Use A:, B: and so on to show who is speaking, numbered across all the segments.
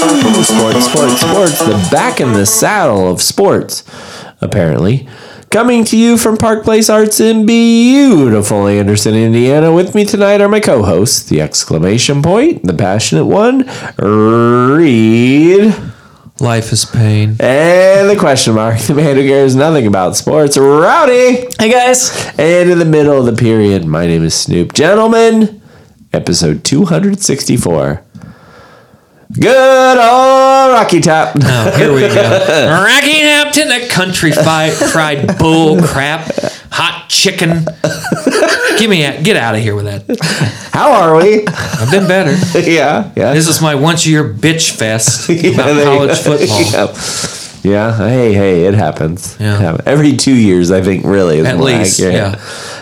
A: sports, sports, sports, the back in the saddle of sports, apparently. Coming to you from Park Place Arts in beautiful Anderson, Indiana. With me tonight are my co hosts, the exclamation point, the passionate one, Reed,
B: Life is pain.
A: and the question mark, the man who cares nothing about sports, Rowdy.
B: Hey guys.
A: And in the middle of the period, my name is Snoop. Gentlemen, episode 264. Good old Rocky Top.
B: Oh, here we go. Racking up to the country fi- fried bull crap, hot chicken. Give me a, get out of here with that.
A: How are we?
B: I've been better.
A: yeah, yeah.
B: This is my once a year bitch fest
A: Yeah,
B: about
A: there you
B: college
A: go.
B: football.
A: Yeah. yeah. Hey, hey, it happens.
B: Yeah.
A: It happen- Every two years, I think, really. Is
B: At
A: more
B: least,
A: accurate.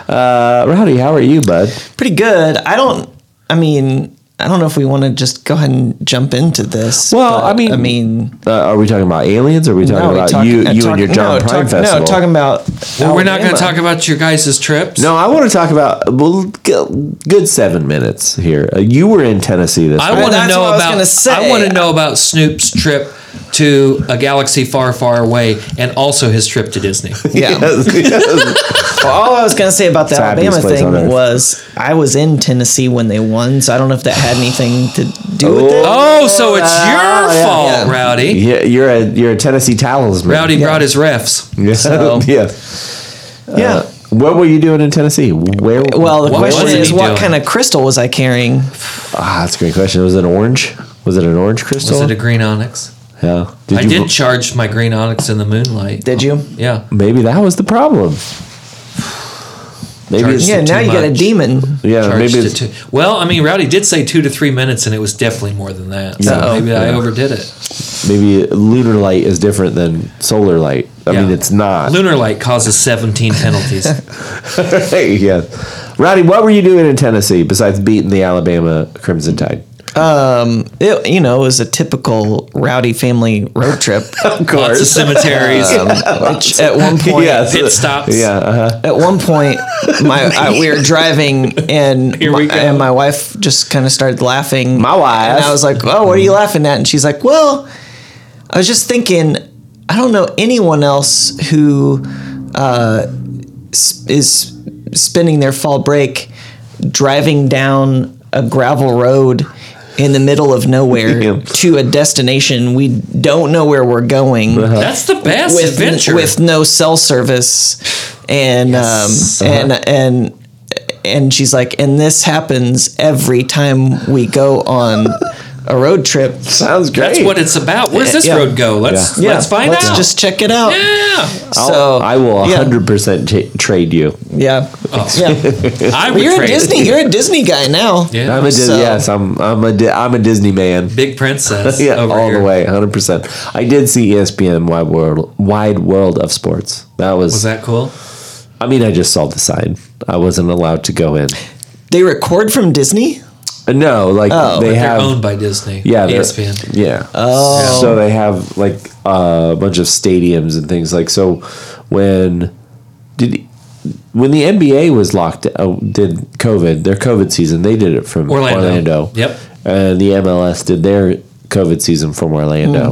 B: yeah.
A: Uh, Rowdy, how are you, bud?
C: pretty good. I don't. I mean, I don't know if we want to just go ahead and jump into this.
A: Well,
C: but,
A: I mean-
C: I mean,
A: Uh, are we talking about aliens or are we talking
C: no, we
A: about
C: talk-
A: you,
C: uh,
A: you
C: talk-
A: and your John
C: no,
A: Prime
C: talk-
A: Festival?
C: No, talking about.
B: Well, we're not going to
C: Alabama.
B: talk about your guys' trips.
A: No, I want to talk about well, g- good seven minutes here. Uh, you were in Tennessee this.
B: I
A: week.
B: want to
C: that's
B: know
C: what I was
B: about.
C: gonna say.
B: I want to know about Snoop's trip to a galaxy far, far away, and also his trip to Disney.
C: Yeah.
A: Yes, yes.
C: Well, all I was going to say about the
A: the happiest
C: Alabama
A: place on
C: thing
A: earth.
C: was I was in Tennessee when they won, so I don't know if that had anything to do with it.
B: Oh, so it's your
A: yeah.
B: fault,
C: Oh, Yeah.
B: Rowdy.
A: yeah, you're a you're a Tennessee talisman.
B: Rowdy brought his refs.
A: Yeah.
C: So-
A: yeah.
C: yeah.
A: Uh, what were you doing in Tennessee? Where?
C: well, the
B: What
C: question
B: was he
C: is, what
B: doing?
C: kind of crystal was I carrying?
A: ah, that's a great question. Was it orange? Was it an orange crystal?
B: Was it a green onyx?
A: yeah.
B: I
A: you-
B: did charge my green onyx in the moonlight.
C: Did you?
B: Yeah.
A: Maybe that was the problem. Maybe it's,
B: Charged
C: Yeah.
B: Too
C: Now you got a
B: much.
C: demon.
A: yeah.
B: Charged
A: Maybe
B: it
A: it's,
B: to, well, I mean, Rowdy did say two to three minutes, and it was definitely more than that. So
A: Uh-oh.
B: maybe I
A: Yeah.
B: overdid it.
A: maybe lunar light is different than solar light. I
B: Yeah.
A: mean, it's not.
B: Lunar light causes 17 penalties.
A: hey, yeah. Rowdy, what were you doing in Tennessee besides beating the Alabama Crimson Tide?
C: Um, it, you know, it was a typical rowdy family road trip.
A: Of
B: Lots of cemeteries.
C: which at one point,
A: yes.
B: Pit stops.
A: Um, Yeah. Uh-huh.
C: at one point my I, we were driving and
B: Here we
C: my,
B: go.
C: and my wife just kind of started laughing
A: My wife.
C: and i was like oh what are you laughing at and she's like well i was just thinking i don't know anyone else who uh, s- is spending their fall break driving down a gravel road in the middle of nowhere
A: Yeah.
C: to a destination we don't know where we're going
A: Uh-huh.
B: That's the best
C: with
B: adventure.
C: with no cell service and
B: Yes. Uh-huh.
C: um and and and she's like and this happens every time we go on a road trip
A: Sounds great.
B: That's what it's about. Where's this
C: Yeah.
B: road go? Let's
C: Yeah,
B: let's find
C: let's
B: out.
C: just check it out
B: yeah.
A: I'll,
C: so
A: Oh, I will
C: yeah,
A: 100% t- trade you.
C: yeah
B: Oh.
C: yeah
B: I would
C: But you're a
B: trade.
C: Disney. You're a Disney guy now.
B: Yeah.
A: I'm a Dis-
C: So-
A: yes, I'm I'm a Di- I'm a Disney man.
B: Big princess.
A: Yeah,
B: over
A: all
B: here.
A: the way, 100%. I did see E ESPN Wide World Wide World of Sports. That was,
B: Was that cool?
A: I mean, I just saw the sign. I wasn't allowed to go in.
C: They record from Disney.
A: No, like they
C: Oh, but
B: They're
A: have
B: owned by Disney. E
A: yeah, they're-
B: ESPN.
A: Yeah. Oh. So they have like a bunch of stadiums and things like so. When did when the NBA was locked? Uh, did COVID their COVID season? They did it from
B: Orlando.
A: Orlando.
B: Yep.
A: And the MLS did their COVID season from Orlando.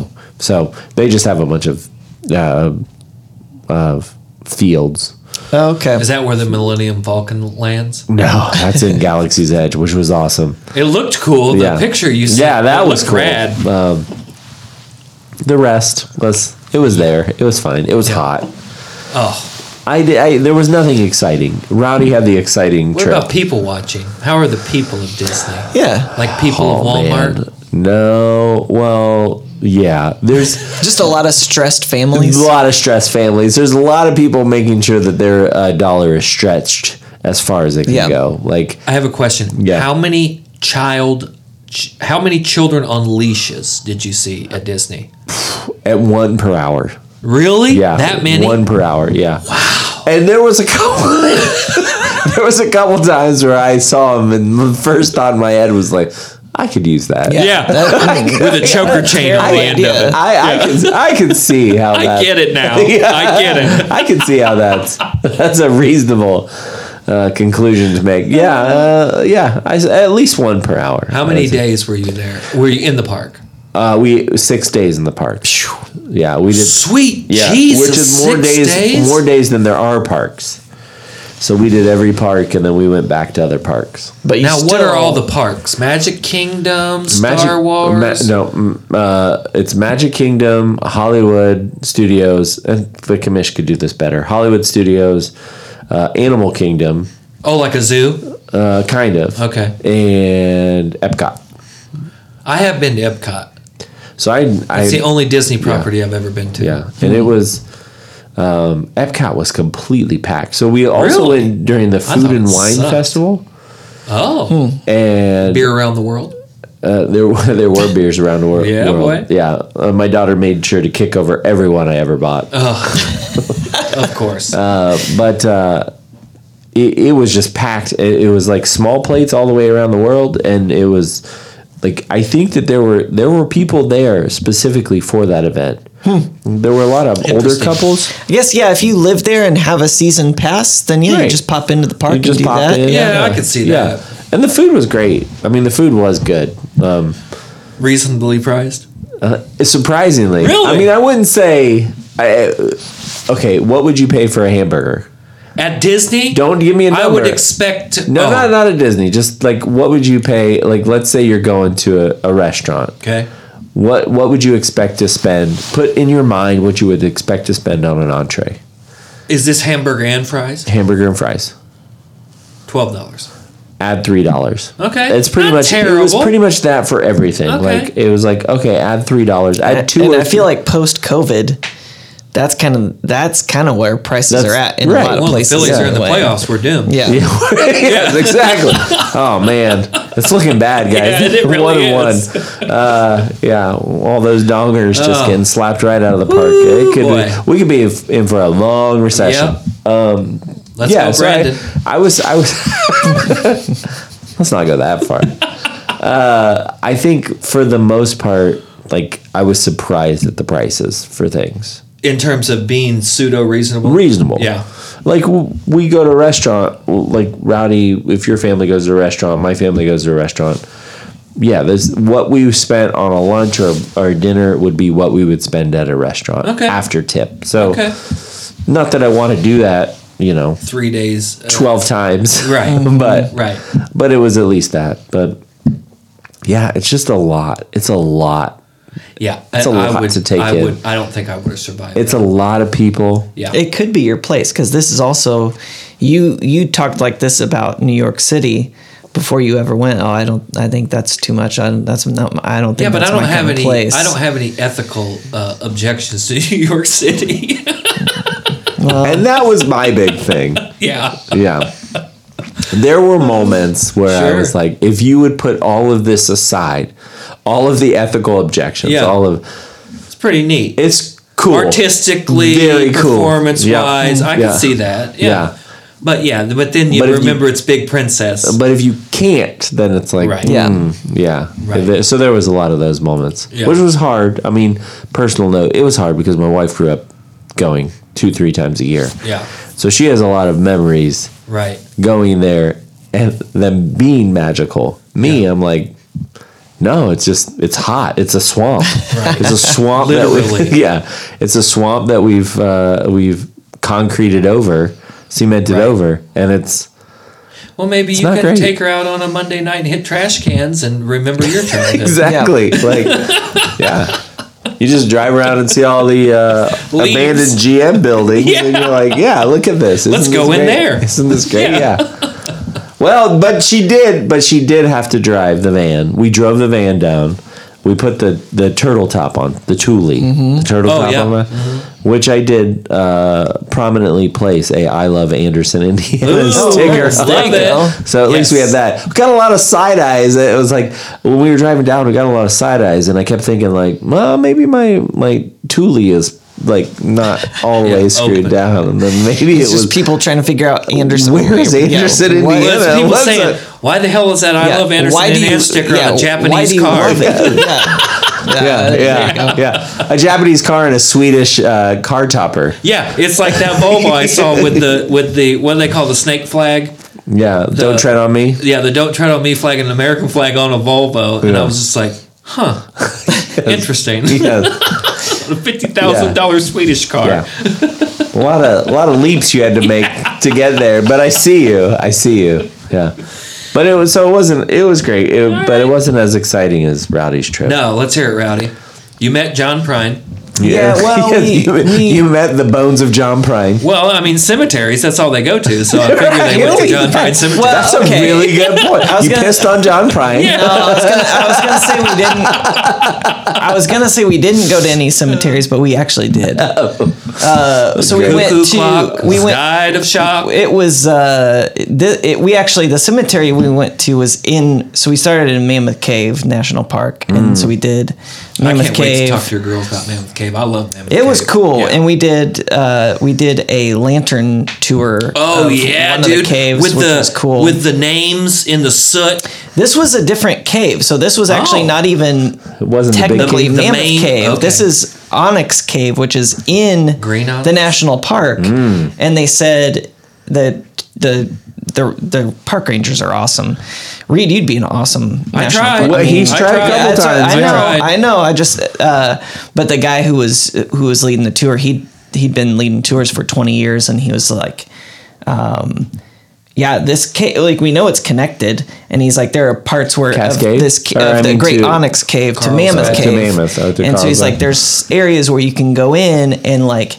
A: So they just have a bunch of uh, of fields.
C: Oh, Okay.
B: Is that where the Millennium Falcon lands?
A: No, that's in Galaxy's Edge, which was awesome.
B: It looked cool. The
A: Yeah.
B: picture you sent.
A: Yeah, that
B: it
A: was
B: looked
A: cool. Um,
B: rad.
A: The rest was it was there. It was fine. It was hot.
B: Oh,
A: I, did, I there was nothing exciting. Rowdy had the exciting
B: what
A: trip.
B: about people watching? How are the people of Disney?
C: yeah.
B: Like people of
A: Oh,
B: Walmart.
A: Man, no, well, yeah. There's
C: Just a lot of stressed
A: a
C: families.
A: lot of stressed families. There's a lot of people making sure that their uh, dollar is stretched as far as it can
C: Yeah.
A: go. Like
B: I have a question.
A: Yeah.
B: How many child? ch- How many children on leashes did you see at Disney?
A: at one per hour.
B: Really?
A: Yeah,
B: That many?
A: One per hour. Yeah. Wow. And there was a couple. there was a couple times where I saw him, and the first thought in my head was like, I could use that.
B: Yeah.
C: That- I mean,
B: With a choker chain on the end of it.
C: idea.
A: I, I can I can see how
B: I
A: that,
B: get it now. I get it.
A: I can see how that's that's a reasonable uh, conclusion to make. Yeah, uh, yeah. I, s- at least one per hour.
B: How many days were you there? Were you in the park?
A: Uh, we six days in the park. Yeah, we did.
B: Sweet
A: Yeah,
B: Jesus,
A: which is more
B: six
A: days,
B: days?
A: more days than there are parks. So we did every park, and then we went back to other parks.
C: But you
B: Now, what
C: still-
B: are all the parks? Magic Kingdom,
A: Magic-
B: Star Wars.
A: Ma- no, mm, uh, it's Magic Kingdom, Hollywood Studios, and the commission could do this better. Hollywood Studios, uh, Animal Kingdom,
B: Oh, like a zoo.
A: uh, kind of.
B: Okay.
A: And Epcot.
B: I have been to Epcot.
A: So I, I
B: It's the only Disney property I've ever been to.
A: yeah, and it was. Um, Epcot was completely packed. So we also
B: Really?
A: went during the
B: thought
A: Food and
B: it
A: Wine
B: sucked.
A: Festival,
B: Oh,
A: and
B: beer around the world.
A: Uh, there were there were beers around the wor- world.
B: Yeah, boy.
A: Yeah, uh, my daughter made sure to kick over everyone I ever bought.
B: Uh. Of course.
A: but uh, it, it was just packed. It, it was like small plates all the way around the world, and it was like I think that there were there were people there specifically for that event. There were a lot of older
B: Hmm. Interesting.
A: couples.
C: I guess yeah. If you live there and have a season pass, then yeah, you
A: Right.
C: just pop into the park
A: You
C: and
A: just
C: do
A: pop
C: that.
A: in.
B: yeah, I could see
A: Yeah,
B: that.
A: and the food was great. I mean, the food was good. Um,
B: Reasonably priced.
A: surprisingly,
B: Really?
A: I mean, I wouldn't say. I, uh, okay, what would you pay for a hamburger?
B: At Disney?
A: Don't give me a number.
B: I would expect.
A: No,
B: oh,
A: not not at Disney. Just like what would you pay? Like let's say you're going to a, a restaurant.
B: Okay.
A: What what would you expect to spend? Put in your mind what you would expect to spend on an entree,
B: Is this hamburger and fries?
A: hamburger and fries.
B: Twelve dollars.
A: Add three dollars.
B: Okay,
A: it's pretty
B: not
A: much it was
B: terrible.
A: pretty much that for everything.
B: Okay.
A: Like it was like okay, add three dollars. Add two.
C: and
A: or
C: I feel like post COVID, that's kind of that's kind of where prices
A: That's
C: are at in
A: right.
C: a lot of
A: Well,
B: Well, the
C: places.
B: Phillies are in the
C: anyway.
B: playoffs. We're doomed.
C: Yeah.
A: Yeah, yes, exactly. Oh man, it's looking bad, guys.
B: Yeah, it really
A: one and
B: is.
A: one. Uh, yeah, all those dongers just
B: Oh.
A: getting slapped right out of the park.
B: Woo,
A: it could
B: boy.
A: be, we could be in- in for a long recession.
B: Yeah. Let's
A: Um, yeah,
B: go,
A: so I-
B: Brandon.
A: I, was, I was. let's not go that far. Uh, I think for the most part, like I was surprised at the prices for things.
B: in terms of being pseudo reasonable.
A: reasonable.
B: Yeah.
A: Like w- we go to a restaurant, like Rowdy, if your family goes to a restaurant, my family goes to a restaurant. Yeah, this what we spent on a lunch or, or dinner would be what we would spend at a restaurant
B: Okay.
A: after tip. So
B: okay.
A: not that I want to do that, you know,
B: Three days. uh,
A: 12 times.
B: Right.
A: but
B: Right.
A: but it was at least that. But yeah, it's just a lot. It's a lot.
B: Yeah.
A: It's
B: and
A: a lot to take
B: I
A: in.
B: Would, I don't think I would have survived.
A: It's a lot of people.
B: yeah.
C: It could be your place because this is also you. You talked like this about New York City before you ever went. Oh, I don't. I think that's too much. I don't, that's not. my- I don't think.
B: yeah, but I
C: that's
B: don't
C: my
B: have
C: kind of
B: any.
C: Place.
B: I don't have any ethical uh, objections to New York City.
A: And that was my big thing.
B: yeah.
A: yeah. There were moments where I
B: Sure.
A: was like, if you would put all of this aside, all of the ethical objections,
B: Yeah.
A: all of
B: It's pretty neat.
A: it's cool.
B: Artistically,
A: Very cool.
B: performance wise,
A: Yeah.
B: I
A: Yeah.
B: can see that. Yeah.
A: Yeah.
B: But yeah, but then you
A: But if you-
B: remember it's Big Princess.
A: But if you can't, then it's like,
B: Right.
C: Yeah.
A: hmm, yeah.
B: Right.
A: There- So there was a lot of those moments,
B: Yeah.
A: which was hard. I mean, personal note, it was hard because my wife grew up going two, three times a year.
B: yeah.
A: So she has a lot of memories
B: Right.
A: going there and them being magical. Me, I'm like, no, it's just it's hot. It's a swamp. It's a swamp. that we,
B: Literally.
A: yeah, it's a swamp that we've uh, we've concreted over, cemented
B: Right.
A: over, and it's
B: Well, maybe you
A: not
B: can
A: great.
B: take her out on a Monday night and hit trash cans and remember your childhood.
A: exactly like yeah. You just drive around and see all the uh,
B: Leaves.
A: abandoned GM buildings, and you're like, "Yeah, look at this.
B: Let's
A: Isn't
B: go
A: this great?
B: in there."
A: Isn't this great?
B: Yeah.
A: yeah. Well, but she did. But she did have to drive the van. We drove the van down. We put the the turtle top on the tule, the turtle
B: Oh,
A: top
B: yeah. Mm-hmm.
A: on, the, which I did uh, prominently place a "I love Anderson, Indiana"
B: Ooh,
A: sticker.
B: love
A: Thank you.
B: it.
A: So at least we had
B: Yes.
A: that. We got a lot of side eyes. It was like when we were driving down, we got a lot of side eyes, and I kept thinking like, well, maybe my my tule is like not all the way
B: Yeah,
A: screwed
B: open.
A: down, and then maybe
C: It's
A: it was
C: just people trying to figure out Anderson.
A: Where is
C: yeah,
A: Anderson,
C: what-
A: Indiana?
B: Well,
A: Yeah,
B: it's people
A: what's
B: saying,
A: that?
B: "Why the hell is that I
C: yeah,
B: love Anderson
C: why do
B: Indiana
C: you-
B: sticker
C: yeah,
B: on a
C: why do
B: Japanese
C: you
B: car?"
C: love it? Yeah. Yeah.
A: yeah,
C: there you
A: yeah,
C: go.
A: yeah. A Japanese car and a Swedish uh, car topper.
B: Yeah, it's like that Volvo I saw with the with the what do they call the snake flag?
A: Yeah, don't tread on me.
B: Yeah, the "Don't Tread on Me" flag and an American flag on a Volvo, and
A: Yeah.
B: I was just like, "Huh, Interesting.
A: Yes.
B: a fifty thousand dollar Swedish car.
A: Yeah. a lot of a lot of leaps you had to make to get there, but I see you. I see you. Yeah. But it was so it wasn't it was great, it, but it wasn't as exciting as Rowdy's trip.
B: No, let's hear it, Rowdy. You met John Prine.
C: Yeah, well,
A: Yes,
C: we-
A: you,
C: we-
A: you met the bones of John Prine.
B: Well, I mean cemeteries. That's all they go to. So I figured they went to
A: Really?
B: John Prine Cemetery.
C: Well,
A: That's
C: okay.
A: a really good point. you
C: gonna-
A: pissed on John Prine.
C: No, I was gonna, I was gonna say we didn't. I was gonna say we didn't go to any cemeteries, but we actually did. Uh, so we
A: Cuckoo
C: went
B: Oh. Cuckoo
C: to
B: clock.
C: we went.
B: died of shock.
C: It was uh, th- it, we actually the cemetery we went to was in. So we started in Mammoth Cave National Park, and so we did
B: Mm. I
C: Mammoth
B: can't wait
C: Cave.
B: to talk to your girls about Mammoth Cave. I love Mammoth
C: It
B: Cave.
C: was cool,
B: Yeah.
C: and we did uh, we did a lantern tour.
B: Oh
C: of
B: yeah,
C: one
B: dude!
C: Of the caves,
B: with
C: which
B: the
C: was cool.
B: with the names in the soot.
C: This was a different cave, so this was actually
B: Oh.
C: not even
A: It wasn't the big
C: technically
B: cave. The
C: Mammoth
B: main-
C: Cave.
B: okay.
C: This is Onyx Cave, which is in
B: Green onyx?
C: the national park. And they said that the the the park rangers are awesome. Reed, you'd be an awesome. I
B: tried.
A: Well, he's
B: I
A: tried a
B: tried.
A: couple
B: Yeah,
C: that's what-
A: times.
C: I know.
A: yeah.
B: Tried.
C: I know. I just, uh, but the guy who was who was leading the tour, he he'd been leading tours for twenty years, and he was like, um, "Yeah, this cave, like we know it's connected." And he's like, "There are parts where
A: Cascade?
C: of this ca-
A: Or,
C: of
A: I
C: the
A: mean,
C: Great
A: to-
C: Onyx Cave to
B: Carl's
C: Mammoth
B: Island.
C: Cave,
A: To Mammoth, oh, to
C: and
A: Carl's
C: so he's like,
A: Island.
C: "There's areas where you can go in and like."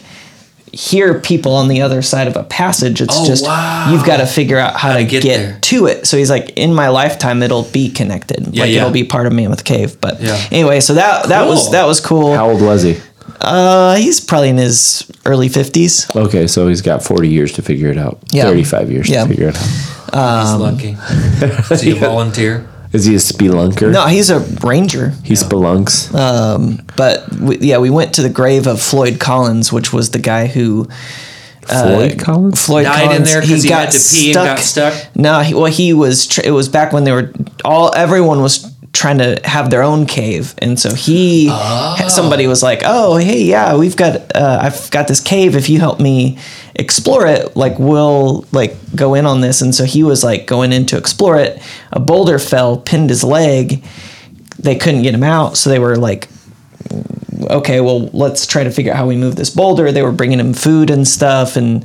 C: hear people on the other side of a passage it's
B: Oh,
C: just
B: wow.
C: you've got to figure out how, to
B: get
C: get,
B: there.
C: to it so he's like in my lifetime it'll be connected
B: Yeah,
C: like
B: yeah.
C: it'll be part of Mammoth Cave. But
B: Yeah.
C: anyway, so that that was
B: Cool.
C: that was cool.
A: How old was he?
C: uh, he's probably in his early fifties.
A: Okay, so he's got 40 years to figure it out.
C: Yeah.
A: 35 years
C: Yeah.
A: to figure it out.
B: He's lucky. Is he a volunteer?
A: Is he a spelunker?
C: No, Uh, he's a ranger.
A: He spelunks.
C: But we, yeah, we went to the grave of Floyd Collins, which was the guy who uh,
A: Floyd Collins?
C: Floyd
B: Died in
C: Collins,
B: there 'cause he had to pee and got stuck?
C: No, he, well, he was. Tr- it was back when they were all. Everyone was trying to have their own cave, and so he. Somebody was like, "Oh, hey, yeah, we've got. Uh, I've got this cave. If you help me explore it, like we'll like go in on this." And so he was like going in to explore it. A boulder fell, pinned his leg. They couldn't get him out, so they were like okay, well, let's try to figure out how we move this boulder. They were bringing him food and stuff, and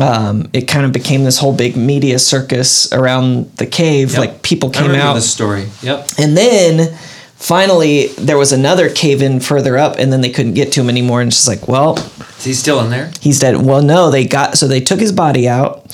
C: um, it kind of became this whole big media circus around the cave. Like people
B: I
C: came
B: remember
C: out,
B: this story. Yep.
C: and then finally there was another cave in further up, and then they couldn't get to him anymore. And it's just like, well,
B: Is he still in there?
C: he's dead. Well, no, they got so they took his body out.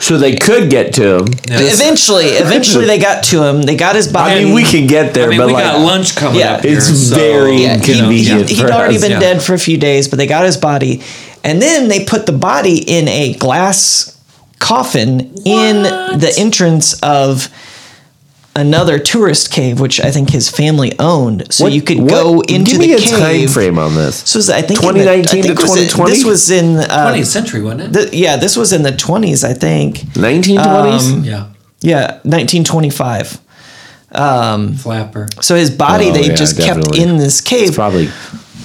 A: So they could get to him.
B: Yeah, this-
C: Eventually, eventually they got to him. They got his body.
A: I mean, we can get there,
B: I mean,
A: but
B: we
A: like,
B: got lunch coming
C: Yeah.
B: up. Here,
A: It's
B: so,
A: very
B: you know,
A: inconvenient.
C: he'd,
A: for
C: he'd already
A: us,
C: been
B: yeah.
C: dead for a few days, but they got his body, and then they put the body in a glass coffin in the entrance of another tourist cave, which I think his family owned. So
A: What-
C: you could
A: what-
C: go into
A: Give me
C: the
A: a time
C: cave.
A: frame on this.
C: This was, I think, in the- I
A: 2019
C: think
A: to
C: it was in-
A: 2020?
C: This was in uh,
B: 20th century, wasn't it?
C: th- yeah, this was in the twenties, I think.
A: 1920s.
B: yeah.
C: Yeah, nineteen twenty-five.
B: Flapper.
C: So his body,
A: Oh,
C: they
A: yeah,
C: just
A: definitely.
C: kept in this cave.
A: it's probably,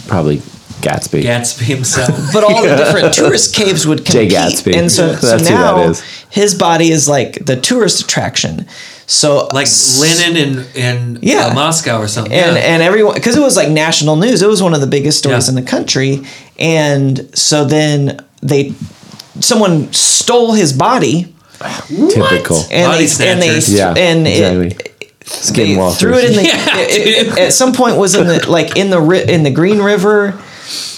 A: probably Gatsby.
B: Gatsby himself.
C: but all the different tourist caves would compete.
A: Gatsby.
C: And so,
A: Yeah.
C: so
A: That's who that
C: now
A: is.
C: his body is like the tourist attraction. So
B: like Lenin in, in
C: Yeah.
B: uh, Moscow or something.
C: and
B: yeah.
C: and everyone because it was like national news. It was one of the biggest stories
B: Yeah.
C: in the country. And so then they someone stole his body
A: Typical.
C: and
B: Body
C: they, and they
B: snatchers.
A: Yeah,
C: and
A: exactly.
C: it, they
A: Skinwalkers.
C: threw it in the
B: Yeah,
C: it-
B: dude.
C: it- at some point was in the like in the ri- in the Green River.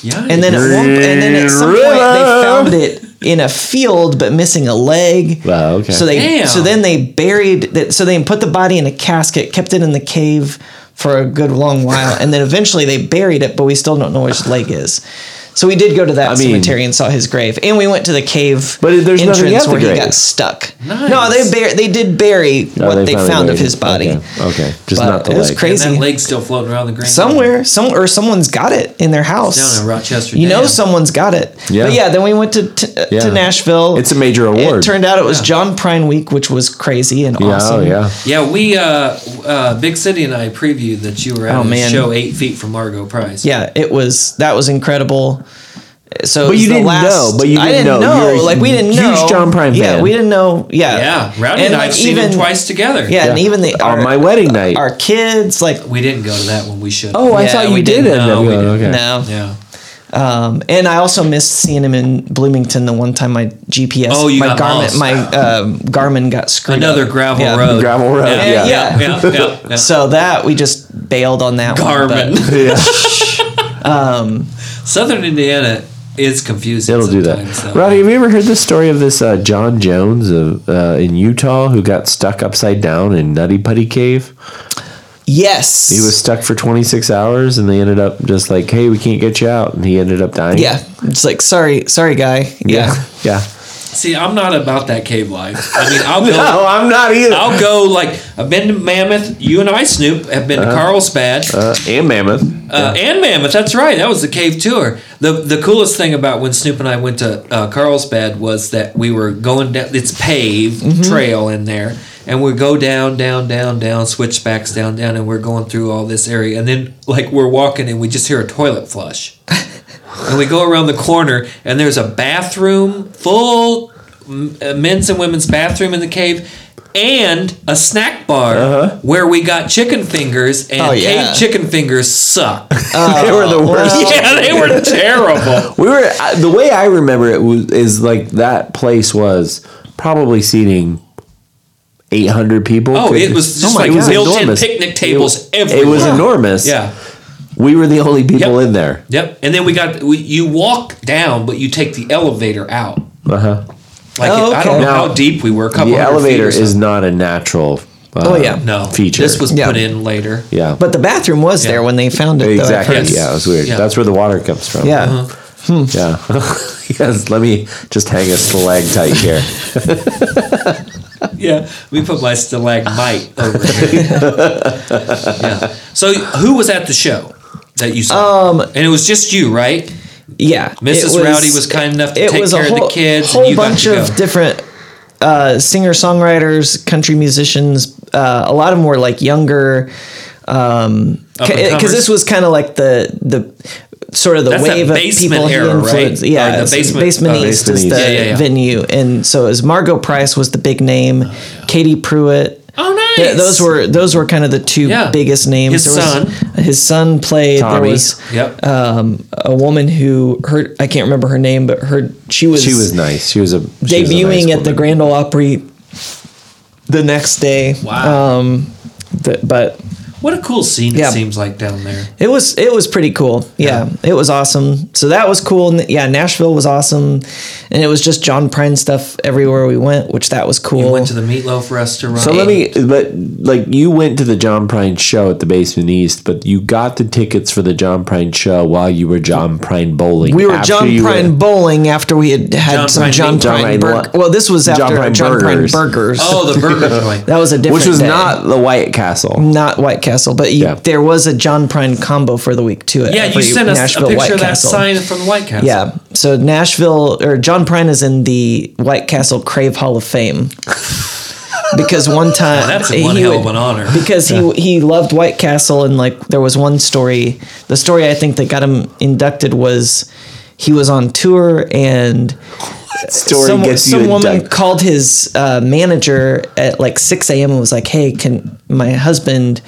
B: yeah.
C: And then at one, and then at some point they
A: River.
C: found it in a field but missing a leg.
A: Wow, okay.
C: So they
B: Damn.
C: so then they buried that so they put the body in a casket, kept it in the cave for a good long while, and then eventually they buried it, but we still don't know which leg is. So we did go to that
A: mean-
C: cemetery and saw his grave, and we went to the cave
A: But there's nothing
C: entrance
A: at the
C: where he
A: grave.
C: got stuck.
B: Nice.
C: No, they bur- they did bury
A: Oh,
C: what they,
A: finally
C: found of
A: buried
C: his
A: it.
C: body.
A: Okay, okay. just
C: But
A: not the
C: it was
A: leg.
C: crazy.
B: And that leg's still floating around the green.
C: Somewhere, some or someone's got it in their house.
B: Down in Rochester.
C: You know
B: Dam.
C: someone's got it.
A: Yeah.
C: But yeah, then we went to t- uh,
A: Yeah.
C: to Nashville.
A: It's a major award.
C: It turned out it was
B: Yeah.
C: John Prine week, which was crazy and
A: Yeah, oh,
C: awesome.
A: yeah.
B: Yeah, we, uh, uh, Big City and I previewed that you were at
C: Oh,
B: a
C: man.
B: show eight feet from Margot Price.
C: Yeah, it was that was incredible. So
A: But you
C: it's the
A: didn't
C: last-
A: know, but you
C: I
A: didn't
C: didn't
A: know.
C: know.
A: You're a
C: Like we didn't
A: huge
C: know.
A: John Prine
C: yeah,
A: fan.
C: we didn't know. Yeah,
B: Yeah, Rowdy and, I've
C: like,
B: seen them twice together.
C: Yeah, and even the
A: on
C: our- uh,
A: my wedding night.
C: our kids like
B: we didn't go to that one. We should.
A: oh, I
C: Yeah,
A: thought you
C: we
A: did
B: didn't
A: end
B: know,
A: up
B: we
A: going.
B: didn't.
A: Okay.
C: no.
B: yeah.
C: Um, and I also missed seeing him in Bloomington the one time my GPS,
B: Oh, you
C: my
B: got lost.
C: Garmin, my um, Garmin got screwed.
B: Another
C: up.
B: gravel
C: Yeah.
B: road.
A: Gravel road,
B: Yeah, yeah,
C: yeah.
B: yeah. yeah, yeah.
C: So that we just bailed on that one.
B: Garmin.
C: but-
B: Southern Indiana is confusing.
A: It'll do
B: sometimes,
A: that.
B: though.
A: Roddy, have you ever heard the story of this uh, John Jones of uh, in Utah who got stuck upside down in Nutty Putty Cave?
C: Yes,
A: He was stuck for 26 hours and they ended up just like, hey, we can't get you out. And he ended up dying.
C: Yeah, it's like sorry, sorry, guy. Yeah,
A: Yeah.
B: See, I'm not about that cave life. I mean, I'll go.
A: No, Oh, I'm not either.
B: I'll go like I've been to Mammoth. You and I, Snoop, have been to
A: Uh-huh.
B: Carlsbad uh,
A: Uh, and Mammoth.
B: and Mammoth. That's right. That was the cave tour. the The coolest thing about when Snoop and I went to uh, Carlsbad was that we were going down. It's paved
C: Mm-hmm.
B: trail in there, and we go down, down, down, down, switchbacks, down, down, and we're going through all this area, and then like we're walking and we just hear a toilet flush. and we go around the corner and there's a bathroom full m- uh, men's and women's bathroom in the cave and a snack bar where we got chicken fingers and
C: Uh-huh. Oh, yeah.
B: cave chicken fingers suck
C: Oh,
A: they were the worst.
B: Oh, yeah they were terrible
A: We were uh, the way I remember it was is like that place was probably seating 800 people.
B: oh
A: Could-
B: it was just
A: my
B: like
A: God,
B: built
A: enormous.
B: in picnic tables
A: It,
B: everywhere
A: it was enormous.
B: yeah
A: we were the only people
B: Yep.
A: in there.
B: yep and then we got we, you walk down but you take the elevator out
A: Uh huh.
B: like
C: Oh,
B: I don't
C: okay.
B: know
A: Now,
B: how deep we were a couple
A: The
B: hundred feet
A: elevator
B: or
A: is
B: something.
A: not a natural. Uh,
C: Oh, yeah.
B: no
A: feature.
B: this was
C: Yeah.
B: put in later
A: yeah,
C: but the bathroom was there when they found it. though, at
A: exactly.
C: first.
A: Yeah, it was weird.
B: Yeah.
A: That's where the water comes from.
C: yeah.
B: Uh-huh.
A: yeah. yes. Let me just hang a stalactite here.
B: Yeah, we put my stalagmite over here. yeah. So who was at the show that you saw? Um, and it was just you, right?
C: Yeah,
B: Mrs.
C: it
B: Rowdy was kind enough to
C: it
B: take
C: was
B: care
C: a
B: of
C: whole,
B: the kids, and
C: Whole
B: you got
C: bunch
B: to
C: of
B: go.
C: different uh, singer songwriters, country musicians. Uh, a lot of them were like younger, because
B: Up and comers.
C: this was kind of like the the sort of the
B: That's that
C: wave of
B: basement
C: people
B: era,
C: he
B: right?
C: influenced.
B: Or
C: Yeah,
B: the
C: it's-
B: basement-
C: basement
B: uh,
C: east
A: Oh, Basement
C: is
A: East.
C: the
B: Yeah, yeah, yeah.
C: venue, and so it was Margot Price was the big name, Katie Pruitt.
B: Oh, nice.
C: Th- those were those were kind of the two
B: Yeah.
C: biggest names.
B: His
C: was-
B: son.
C: his son played.
A: Tommy.
C: There was
B: Yep.
C: um, a woman who her I can't remember her name, but her she was
A: She was nice. She was a she was a
C: debuting
A: nice
C: at the
A: woman.
C: Grand Ole Opry the next day.
B: wow.
C: Th- but
B: what a cool scene
C: um, yeah.
B: it seems like down there.
C: it was it was pretty cool. Yeah, it was awesome. So that was cool. And yeah, Nashville was awesome, and it was just John Prine stuff everywhere we went, which that was cool.
B: You went to the meatloaf restaurant.
A: So let me, but like you went to the John Prine show at the Basement East, but you got the tickets for the John Prine show while you were John Prine bowling.
C: we were
A: after
C: John
A: you
C: Prine
A: went-
C: bowling after we had had
B: John
C: some
B: Prine
C: John
B: meat-
A: John
C: Prine
A: Prine
C: burger.
A: what?
C: Well, this was
A: John
C: after
A: Prine
C: John
A: burgers.
C: Prine burgers.
B: Oh, the burger joint.
C: that was a different
A: which was
C: day.
A: not the White Castle.
C: not White Castle, but you,
A: Yeah.
C: there was a John Prine combo for the week too. At
B: yeah, you
C: every
B: sent us
C: Nashville
B: a picture
C: White
B: of that
C: Castle.
B: sign from the White Castle.
C: Yeah, so Nashville or John Prine is in the White Castle Crave Hall of Fame because one time
B: That's a one
C: he
B: hell
C: would-
B: of an honor.
C: because he he loved White Castle and like there was one story the story I think that got him inducted was he was on tour and
A: Story
C: some,
A: gets
C: some
A: you
C: woman
A: inducted.
C: called his uh, manager at like 6 a.m. and was like, "Hey, can my husband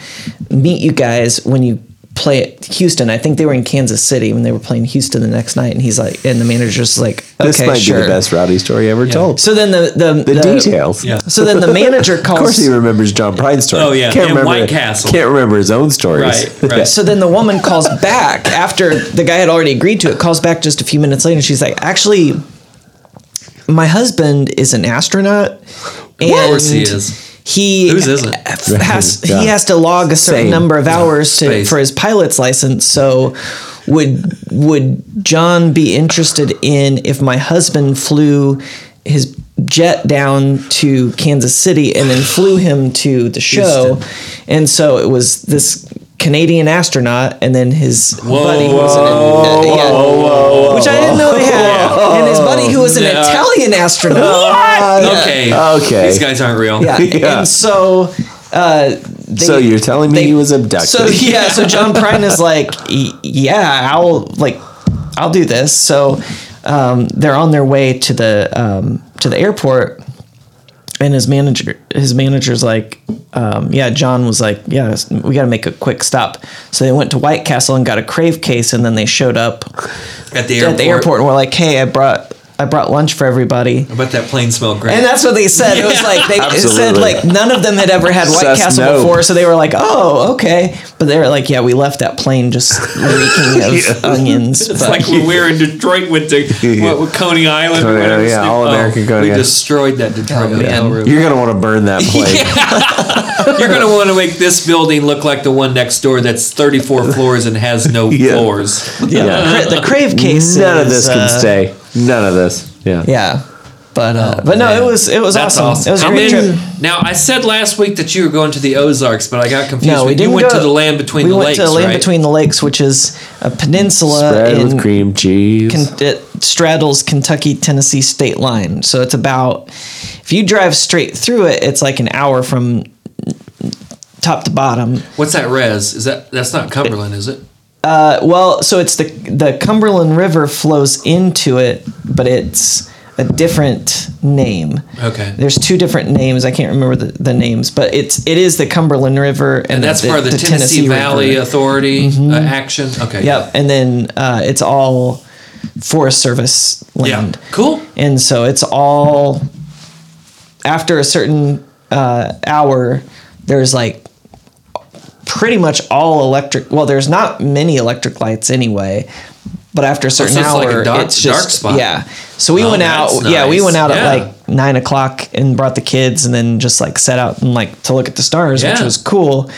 C: meet you guys when you play at Houston?" I think they were in Kansas City when they were playing Houston the next night, and he's like, and the manager's like, "Okay,
A: This might
C: sure."
A: be the best rowdy story ever told.
C: So then the the,
A: The details.
B: Yeah.
C: So then the manager calls.
A: Of course, he remembers John Prine's story.
B: Oh, yeah,
A: can't
B: and
A: remember
B: White Castle.
A: Can't remember his own stories.
B: Right, right.
C: So then the woman calls back after the guy had already agreed to it, calls back just a few minutes later. And she's like, actually, my husband is an astronaut. And
B: course he is.
C: He
B: Whose isn't?
C: f- Has,
A: Yeah.
C: He has to log a certain
A: Same.
C: number of hours to,
B: Space.
C: for his pilot's license. So would would John be interested in if my husband flew his jet down to Kansas City and then flew him to the show? And so it was this Canadian astronaut, and then his buddy who was an
A: Oh,
C: uh, yeah, which I didn't know they had, and his buddy who was an
B: Yeah.
C: Italian astronaut.
B: Okay.
A: Okay.
B: These guys aren't real.
C: Yeah.
A: Yeah.
C: and so. Uh, they,
A: So you're telling me
C: they-
A: he was abducted?
C: So yeah, so John Prine is like, "Y- yeah, I'll like, I'll do this. So um, they're on their way to the um, to the airport, and his manager his manager's like, um, yeah, John was like, yeah, we got to make a quick stop. So they went to White Castle and got a crave case, and then they showed up
B: At the airport.
C: at the airport and were like, hey, I brought I brought lunch for everybody.
B: I bet that plane smelled great.
C: And that's what they said. It was like they it said
A: Absolutely.
C: like none of them had ever had White
A: Says
C: Castle
A: no.
C: before, so they were like, "Oh, okay." But they were like, "Yeah, we left that plane just reeking of onions."
B: It's
C: but-
B: like when we were in Detroit, went to what, what, Coney Island.
A: Coney
B: or whatever,
A: Island, yeah,
B: Snoop-
A: all American
B: oh,
A: Coney
B: We
A: Island.
B: destroyed that Detroit hotel
C: man.
B: room.
A: You're gonna want to burn that plane.
B: You're going to want to make this building look like the one next door that's 34 floors and has no
A: Yeah.
B: floors.
A: Yeah.
B: uh,
C: Cra- the crave case.
A: None of
C: is,
A: this can
C: uh,
A: stay. None of this. Yeah.
C: Yeah, but uh, but no,
B: Oh, man.
C: it was it was
B: That's
C: awesome.
B: awesome.
C: It was a
B: How
C: great
B: many-
C: trip.
B: Now I said last week that you were going to the Ozarks, but I got confused.
C: No, we
B: you
C: didn't
B: went
C: go-
B: to the land between
C: we
B: the
C: went
B: lakes,
C: to the land
B: right?
C: between the lakes, which is a
B: uh,
C: peninsula
A: Bread
C: in
A: with cream cheese.
C: Ken- it straddles Kentucky Tennessee state line. So it's about if you drive straight through it, it's like an hour from top to bottom.
B: What's that res? Is that that's not Cumberland, is it?
C: Uh, well, so it's the the Cumberland River flows into it, but it's a different name.
B: Okay.
C: There's two different names. I can't remember the, the names, but it's it is the Cumberland River and,
B: And that's
C: the,
B: part of the, Tennessee,
C: River. Mm-hmm.
B: Valley Authority uh, action. Okay.
C: Yep, and then uh, it's all Forest Service
B: Yeah.
C: land.
B: Cool.
C: and so it's all after a certain uh, hour there's like pretty much all electric well there's not many electric lights anyway but after a certain
B: so it's
C: hour
B: like a dark-
C: it's just
B: dark spot.
C: yeah so we
B: Oh,
C: went out
B: that's
C: yeah we
B: nice.
C: went out
B: Yeah.
C: at like nine o'clock and brought the kids and then just like sat out and like to look at the stars which
B: Yeah.
C: was cool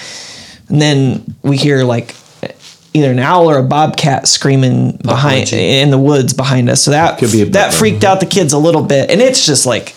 C: and then we hear like either an owl or a bobcat screaming behind
B: Popcorn chicken.
C: in the woods behind us. So that
A: Could be a
C: that
A: bit-
C: freaked out the kids a little bit, and it's just like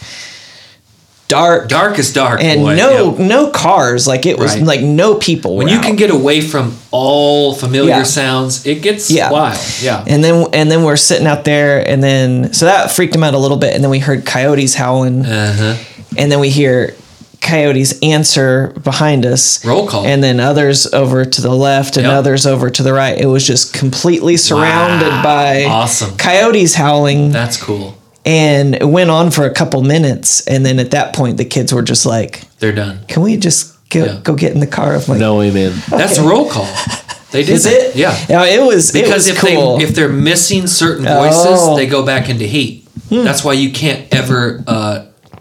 C: dark,
B: Dark is dark.
C: and
B: boy.
C: no
B: Yeah.
C: no cars. Like it was
B: Right.
C: like no people.
B: When
C: were
B: you
C: out.
B: can get away from all familiar
C: Yeah.
B: sounds, it gets
C: Yeah.
B: wild. Yeah.
C: And then and then we're sitting out there, and then so that freaked him out a little bit, and then we heard coyotes howling,
B: uh-huh.
C: and then we hear coyotes answer behind us
B: Roll call.
C: and then others over to the left and
B: Yep.
C: others over to the right it was just completely surrounded
B: Wow.
C: by
B: Awesome.
C: coyotes howling
B: That's cool.
C: and it went on for a couple minutes and then at that point the kids were just like
B: They're done.
C: can we just go,
B: Yeah.
C: go get in the car of like
A: No way, man.
B: That's roll call. They did
C: is
B: that.
C: it
B: Yeah.
C: no, it was
B: because
C: it was
B: if
C: cool
B: they if they're missing certain voices,
C: Oh. Hmm.
B: they go back into heat. That's why you can't ever. Uh,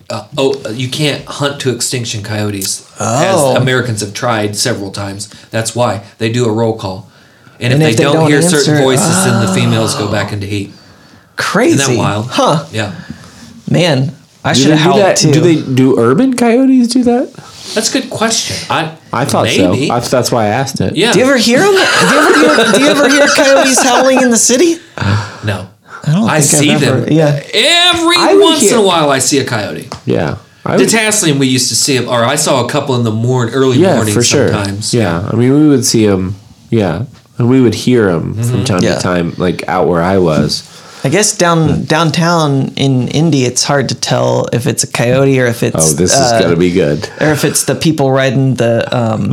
B: uh, oh, you can't hunt to extinction coyotes,
C: Oh.
B: as Americans have tried several times. That's why they do a roll call, and,
C: And
B: if, they, don't, hear
C: answer- oh.
B: certain voices, then the females go back into heat.
C: crazy
B: Isn't that wild?
C: huh
B: Yeah,
C: man I
A: Do
C: should
A: they
C: have
A: do
C: howled
A: that?
C: too
A: Do they do urban coyotes do that?
B: that's a good question. I
A: I thought
B: maybe.
A: so. I, that's why I asked it.
B: yeah.
C: do you ever hear them? Do you ever hear, do you ever hear coyotes howling in the city?
B: no.
C: I don't.
B: I
C: think I've
B: see
C: ever-
B: them.
C: Yeah,
B: Every
C: I would
B: once
C: hear-
B: in a while, I see a coyote.
A: Yeah. I would-
B: Detasseling, we used to see them, or I saw a couple in the morning, early
A: yeah,
B: morning
A: for sure.
B: sometimes.
A: Yeah. I mean, we would see them. Yeah. And we would hear them
B: Mm-hmm.
A: from time
C: Yeah.
A: to time, like out where I was.
C: I guess down downtown in Indy, it's hard to tell if it's a coyote or if it's
A: Oh, this is
C: uh,
A: going to be good.
C: or if it's the people riding the um,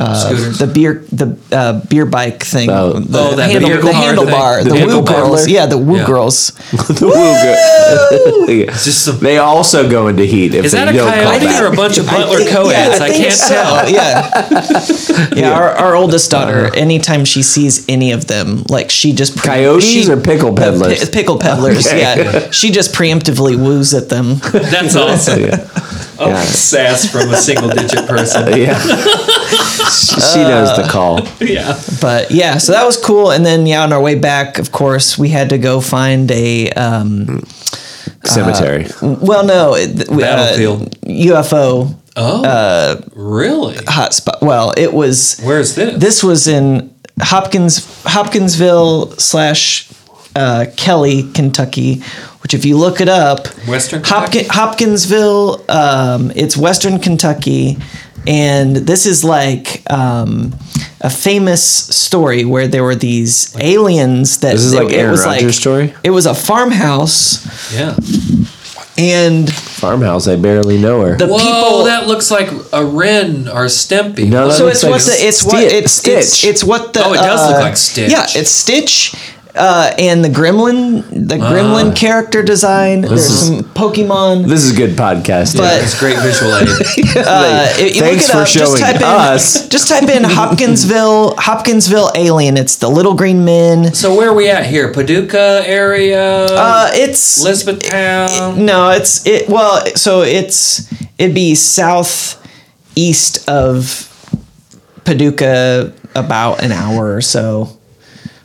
C: uh,
B: Scooters.
C: the beer the uh, beer bike thing.
A: Oh,
C: the,
B: oh, that
C: handle,
B: beer
C: the
B: car thing.
C: handlebar, the,
A: The
C: woo
A: handlebar.
C: girls. Yeah, the woo
B: Yeah.
C: girls.
A: The woo go- Yeah.
B: Just some-
A: they also go into heat if
B: Is
A: they
B: that a
A: don't call
B: coyote
A: back.
B: or a bunch of butler coeds? I,
C: think
B: can't
C: so,
B: tell.
C: Yeah. yeah, Our, our oldest daughter, anytime she sees any of them, like she just pre-
A: Coyotes
C: she-
A: or pickle
C: the
A: peddlers?
C: pi- pickle peddlers.
A: Okay.
C: Yeah, she just preemptively woos at them.
B: That's awesome.
A: Yeah.
B: Oh,
A: Yeah.
B: sass from a single digit person.
A: yeah. Uh, she knows the call.
B: Yeah.
C: But yeah, so that was cool. And then yeah, on our way back, of course, we had to go find a um,
A: Cemetery.
C: well, no, it, we- uh,
B: Battlefield.
C: UFO
B: Oh,
C: Uh,
B: really?
C: hotspot. Well, it was
B: Where is this?
C: this was in Hopkins Hopkinsville slash uh, Kelly, Kentucky. Which, if you look it up,
B: Western
C: Hopkin,
B: Kentucky?
C: Hopkinsville, um, it's Western Kentucky, and this is like um, a famous story where there were these aliens that
A: This is
C: it-
A: like
C: it
A: Aaron
C: was
A: Rodgers' story?
C: It was a farmhouse,
B: yeah.
C: and
A: Farmhouse. I barely know her.
C: the
B: Whoa,
C: people
B: that looks like a wren or Stimpy.
A: No, that
C: so
A: looks
C: it's what
A: like
C: the it's what
A: Sti-
C: it's, it's
A: Stitch.
C: it's what the
B: Oh, it does look
C: uh,
B: like Stitch.
C: Yeah, it's Stitch. Uh, and the Gremlin, the
B: Ah.
C: Gremlin character design. There's
A: is-
C: some Pokemon.
A: This is good podcasting.
C: But-
B: It's great visual aid.
C: Uh, if you
A: Thanks
C: look it
A: for
C: up,
A: showing
C: just type in,
A: us.
C: Just type in Hopkinsville, Hopkinsville Alien. It's the Little Green Men.
B: so where are we at here? Paducah area,
C: Uh, it's
B: Elizabethtown.
C: no, it's it. Well, so it's it'd be south east of Paducah, about an hour or so,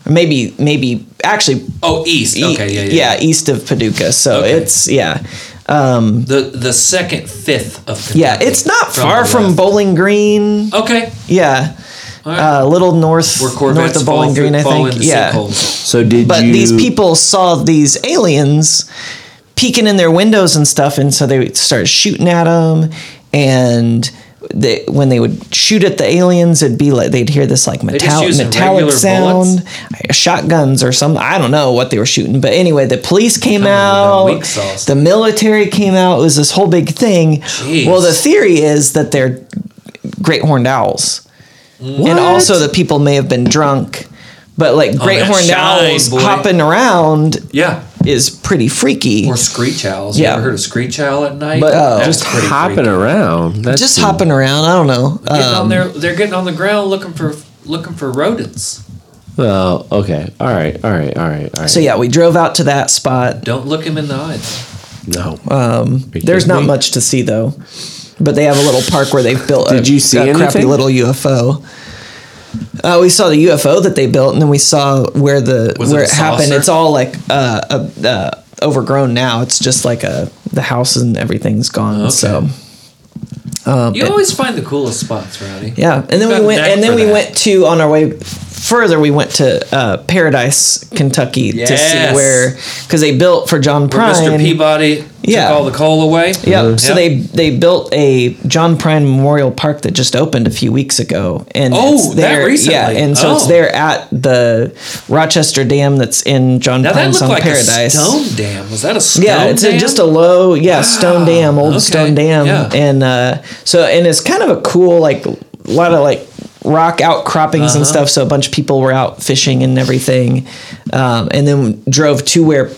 C: or maybe maybe actually.
B: oh, east.
C: e-
B: Okay, yeah, yeah.
C: east of Paducah. So
B: Okay.
C: it's yeah,
B: The the second fifth of Kentucky
C: yeah. It's not far
B: the
C: from
B: west.
C: Bowling Green.
B: okay.
C: Yeah,
B: right.
C: uh, a little north,
B: Where
C: north
B: Corvettes
C: of
B: fall,
C: Bowling Green,
B: through,
C: I
B: fall
C: think.
B: into
C: Yeah,
B: sinkholes.
A: so did
C: but
A: you?
C: these people saw these aliens peeking in their windows and stuff, and so they started shooting at them. And they, when they would shoot at the aliens, it'd be like they'd hear this like
B: just
C: metallic,
B: using
C: metallic
B: regular
C: sound, shotguns or something. I don't know what they were shooting, but anyway, the police came
B: on,
C: out,
B: the weak sauce.
C: the military came out. It was this whole big thing.
B: Jeez.
C: Well, the theory is that they're great horned owls. And also that people may have been drunk. But like great
B: Oh, that
C: horned
B: shine,
C: owls
B: boy.
C: hopping around
B: Yeah.
C: is pretty freaky.
B: Or screech owls. You
C: Yeah.
B: ever heard of screech owl at night?
C: But, uh,
B: That's
A: just
B: pretty
A: hopping
B: freaky.
A: around. That's
C: Just hopping around, I don't know.
B: Getting
C: Um,
B: on their, they're getting on the ground looking for looking for rodents.
A: Well, okay. All right. All right. All right. All right.
C: so yeah, we drove out to that spot.
B: Don't look him in the eyes.
A: no. Um,
C: There's not much to see though. But they have a little park where they've built
A: Did
C: a,
A: you see
C: a crappy
A: anything?
C: little UFO. Uh, we saw the UFO that they built, and then we saw where the
B: Was it
C: where
B: a
C: it, happened.
B: saucer?
C: It's all like uh, uh, uh, overgrown now. It's just like a the house and everything's gone. So Uh,
B: You always find the coolest spots, Rowdy.
C: Yeah, and then
B: Got
C: we
B: a
C: went,
B: knack
C: and then
B: for
C: we
B: that.
C: went to on our way further. We went to uh, Paradise, Kentucky, to
B: Yes.
C: see where because they built for John
B: Where
C: Prine.
B: Mr. Peabody
C: Yeah.
B: took all the coal away.
C: Yep. So they they built a John Prine Memorial Park that just opened a few weeks ago, and
B: Oh,
C: it's
B: that
C: there,
B: recently.
C: yeah, and so it's
B: Oh.
C: there at the Rochester Dam that's in John
B: now that
C: Prine's
B: looked
C: on
B: like
C: Paradise.
B: a stone dam. Was that a stone?
C: Yeah, it's a,
B: dam? Ah,
C: just a low, yeah, stone dam, old
B: okay,
C: stone dam,
B: yeah.
C: and uh, so and it's kind of a cool, like a lot of like rock outcroppings
B: Uh-huh.
C: and stuff. So a bunch of people were out fishing and everything, um, and then drove to where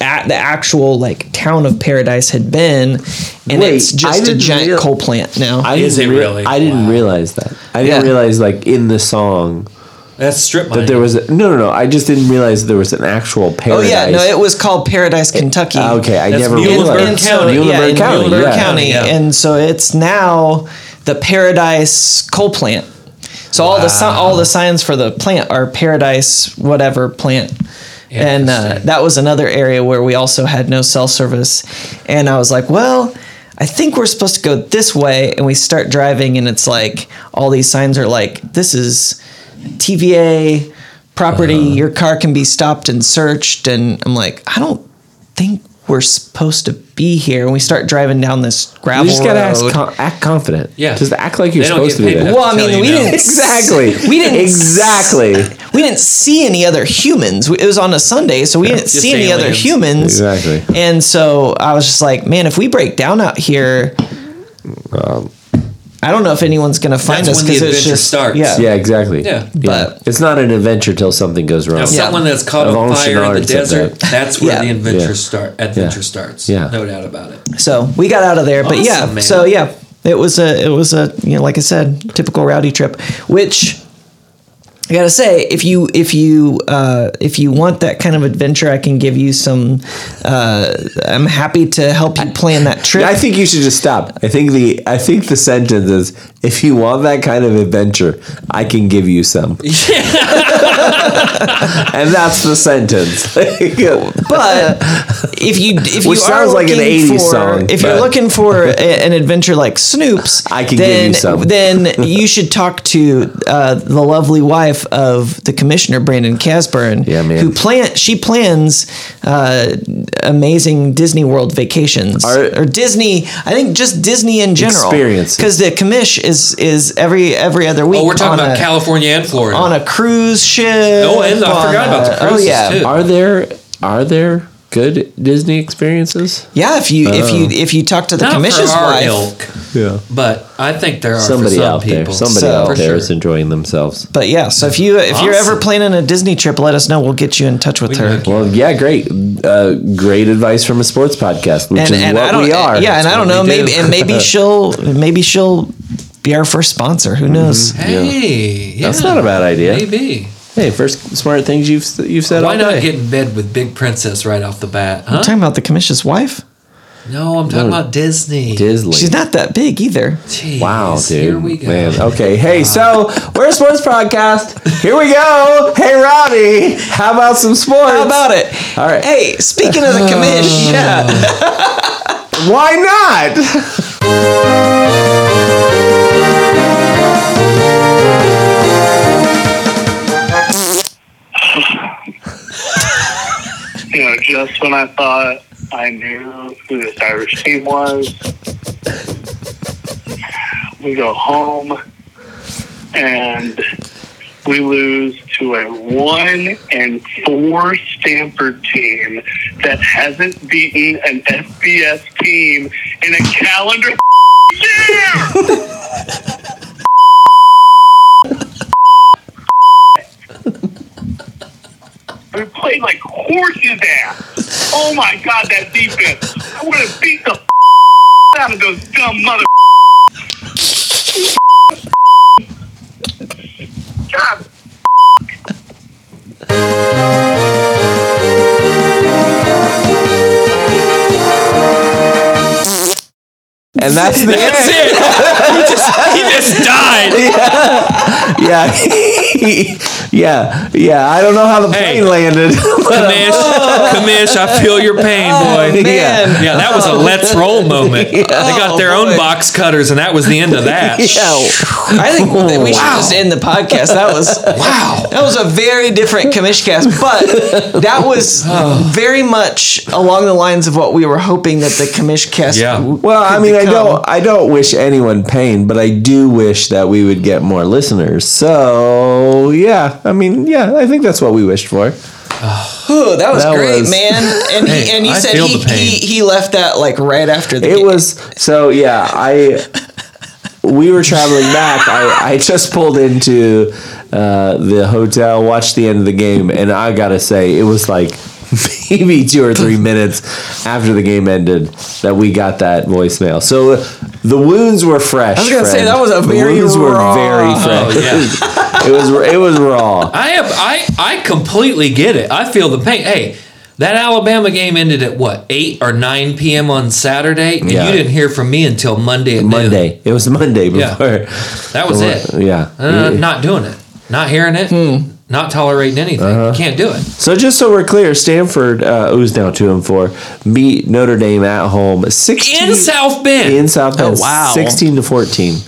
C: at the actual like town of Paradise had been, and
A: Wait,
C: it's
A: I
C: just a
A: didn't
C: giant
A: real-
C: coal plant now.
A: I
B: Is
A: didn't
B: it
A: rea-
B: really?
A: I didn't
B: Wow.
A: realize that. I didn't
C: Yeah.
A: realize like in the song
B: That's strip mine.
A: that there was a, no, no, no. I just didn't realize there was an actual
C: oh
A: paradise.
C: yeah, no, it was called Paradise, Kentucky.
A: Ah, okay, I
B: That's
A: never
B: Muhlenberg
A: realized.
B: Muhlenberg County.
C: Yeah,
A: Muhlenberg
C: in
A: County.
C: Muhlenberg
A: yeah.
C: County.
B: Yeah.
C: And so it's now the Paradise coal plant. So all the si- all the signs for the plant are Paradise whatever plant. And uh,
B: Interesting.
C: that was another area where we also had no cell service. And I was like, well, I think we're supposed to go this way. And we start driving, and it's like all these signs are like, this is TVA property.
B: Uh-huh.
C: Your car can be stopped and searched. And I'm like, I don't think we're supposed to be here. And we start driving down this gravel
A: You just gotta ask,
C: road.
A: con- act confident.
B: Yeah.
A: Just act like you're
B: They don't
A: supposed to
B: get
A: be
B: paid
A: there.
B: enough.
C: well, I
B: Tell
C: mean,
B: you
C: we
B: now.
C: didn't
A: Exactly.
C: We didn't
A: exactly.
C: we didn't see any other humans. We- It was on a Sunday, so we didn't
B: Just
C: see any other
B: aliens.
C: humans.
A: Exactly.
C: And so I was just like, man, if we break down out here, I don't know if anyone's gonna find
B: That's
C: us
B: when the
C: it's
B: adventure
C: just
B: starts.
C: yeah.
A: Yeah, exactly.
B: Yeah.
C: But-
A: it's not an adventure till something goes wrong.
B: Now,
C: Yeah.
B: someone that's caught
A: I've
B: on
A: almost
B: fire in the
A: already said
B: desert, that's where
C: Yeah.
B: the adventure
A: Yeah.
B: start adventure
A: Yeah.
B: starts.
A: Yeah.
B: No doubt about it.
C: So we got out of there, but
B: Awesome,
C: yeah.
B: man.
C: So yeah, it was a it was a you know like I said, typical rowdy trip. Which I gotta say, if you if you uh, if you want that kind of adventure, I can give you some. Uh, I'm happy to help you plan that trip.
A: I think you should just stop. I think the I think the sentence is if you want that kind of adventure, I can give you some. and that's the sentence.
C: but if you if
A: Which
C: you
A: sounds
C: are
A: like an 80s
C: looking for,
A: song,
C: if you're
A: but-
C: looking for a, an adventure like Snoop's,
A: I can give
C: then,
A: you some.
C: then you should talk to uh, the lovely wife of the commissioner Brandon Casburn,
A: Yeah, man.
C: who plan she plans uh, amazing Disney World vacations
A: Are-
C: or Disney. I think just Disney in general
A: Experiences.
C: because the commish is is every every other week.
B: Oh, we're
C: on
B: talking about
C: a,
B: California and Florida.
C: on a cruise ship.
B: Oh, and I
C: on
B: forgot about the
C: a-
B: cruises,
C: Oh yeah,
B: too.
A: are there are there good Disney experiences?
C: Yeah, if you if you if you talk to the
B: Not
C: commission's
B: for our
C: wife,
B: ilk,
A: Yeah.
B: but I think there are
A: Somebody
B: for some
A: out
B: people.
A: there, somebody
C: So-
A: out
B: For
A: there is
B: sure.
A: enjoying themselves.
C: but yeah. So if you if you're ever
B: Awesome.
C: planning a Disney trip, let us know. We'll get you in touch with
B: We
C: her.
B: can-
A: Well, yeah, great, uh, great advice from a sports podcast, which
C: And,
A: is
C: and
A: what
C: I don't,
A: we are.
C: yeah, and I don't know.
B: we do.
C: Maybe and maybe she'll maybe she'll be our first sponsor. Who knows?
B: Mm-hmm. Hey, yeah.
A: That's not a bad idea.
B: Maybe.
A: Hey, first smart things you've you've said.
B: Why
A: all
B: not
A: day.
B: get in bed with Big Princess right off the bat? Huh?
C: I'm talking about the commission's wife.
B: no, I'm talking
A: No.
B: about Disney.
A: Disney?
C: She's not that big either.
B: Jeez,
A: Wow, dude.
B: Here we go.
A: Man, okay. Hey, so we're a sports podcast. Here we go. Hey, Robbie, how about some sports?
C: How about it?
A: All right.
C: Hey, speaking of the commish, yeah.
A: Why not?
D: you know, just when I thought I knew who this Irish team was, we go home and we lose to a one and four Stanford team that hasn't beaten an FBS team in a calendar year. We played like horses ass. Oh my god, that defense! I would have beat the out of those dumb mother. God
A: And that's the
B: That's it. he, just, he just died.
A: Yeah. yeah. Yeah. I don't know how the
B: Hey.
A: plane landed. but,
B: Kamish, Kamish, I feel your pain,
A: Oh,
B: boy.
C: Man.
B: Yeah, that was a let's roll moment. They got their
C: boy.
A: Oh,
B: own box cutters, and that was the end of that.
C: Yeah. I think that we should just end the podcast. That was wow. That was a very different commish cast, but that was very much along the lines of what we were hoping that the commish cast.
B: Yeah.
C: w-
A: well, I
C: could
A: mean, I
C: become.
A: don't I don't wish anyone pain, but I do wish that we would get more listeners. So, yeah. I mean, yeah, I think that's what we wished for.
C: Ooh, that was
A: That
C: great,
A: was-
C: man. And he,
B: Hey,
C: and he
B: I
C: said
B: feel
C: he,
B: the pain.
C: he he left that like right after the
A: It
C: game.
A: was so yeah. I we were traveling back. I, I just pulled into uh, the hotel, watched the end of the game, and I gotta say it was like maybe two or three minutes after the game ended that we got that voicemail. So the wounds were fresh. I
C: was gonna say, that was a
A: the
C: very
A: wounds
C: raw-
A: were very
B: Oh,
A: fresh.
B: yeah.
A: It was it was raw.
B: I have I I completely get it. I feel the pain. Hey, that Alabama game ended at what eight or nine p.m. on Saturday, and
A: Yeah.
B: you didn't hear from me until Monday at noon.
A: Monday. It was Monday
B: Yeah.
A: before.
B: That was it.
A: Yeah. Hmm.
B: Uh, Not doing it. Not hearing it. Not tolerating anything.
A: Uh-huh.
B: Can't do it.
A: So just so we're clear, Stanford, uh, who's now two and four, beat Notre Dame at home, sixteen
B: In South Bend.
A: in South Bend,
C: Oh, wow.
A: sixteen to fourteen.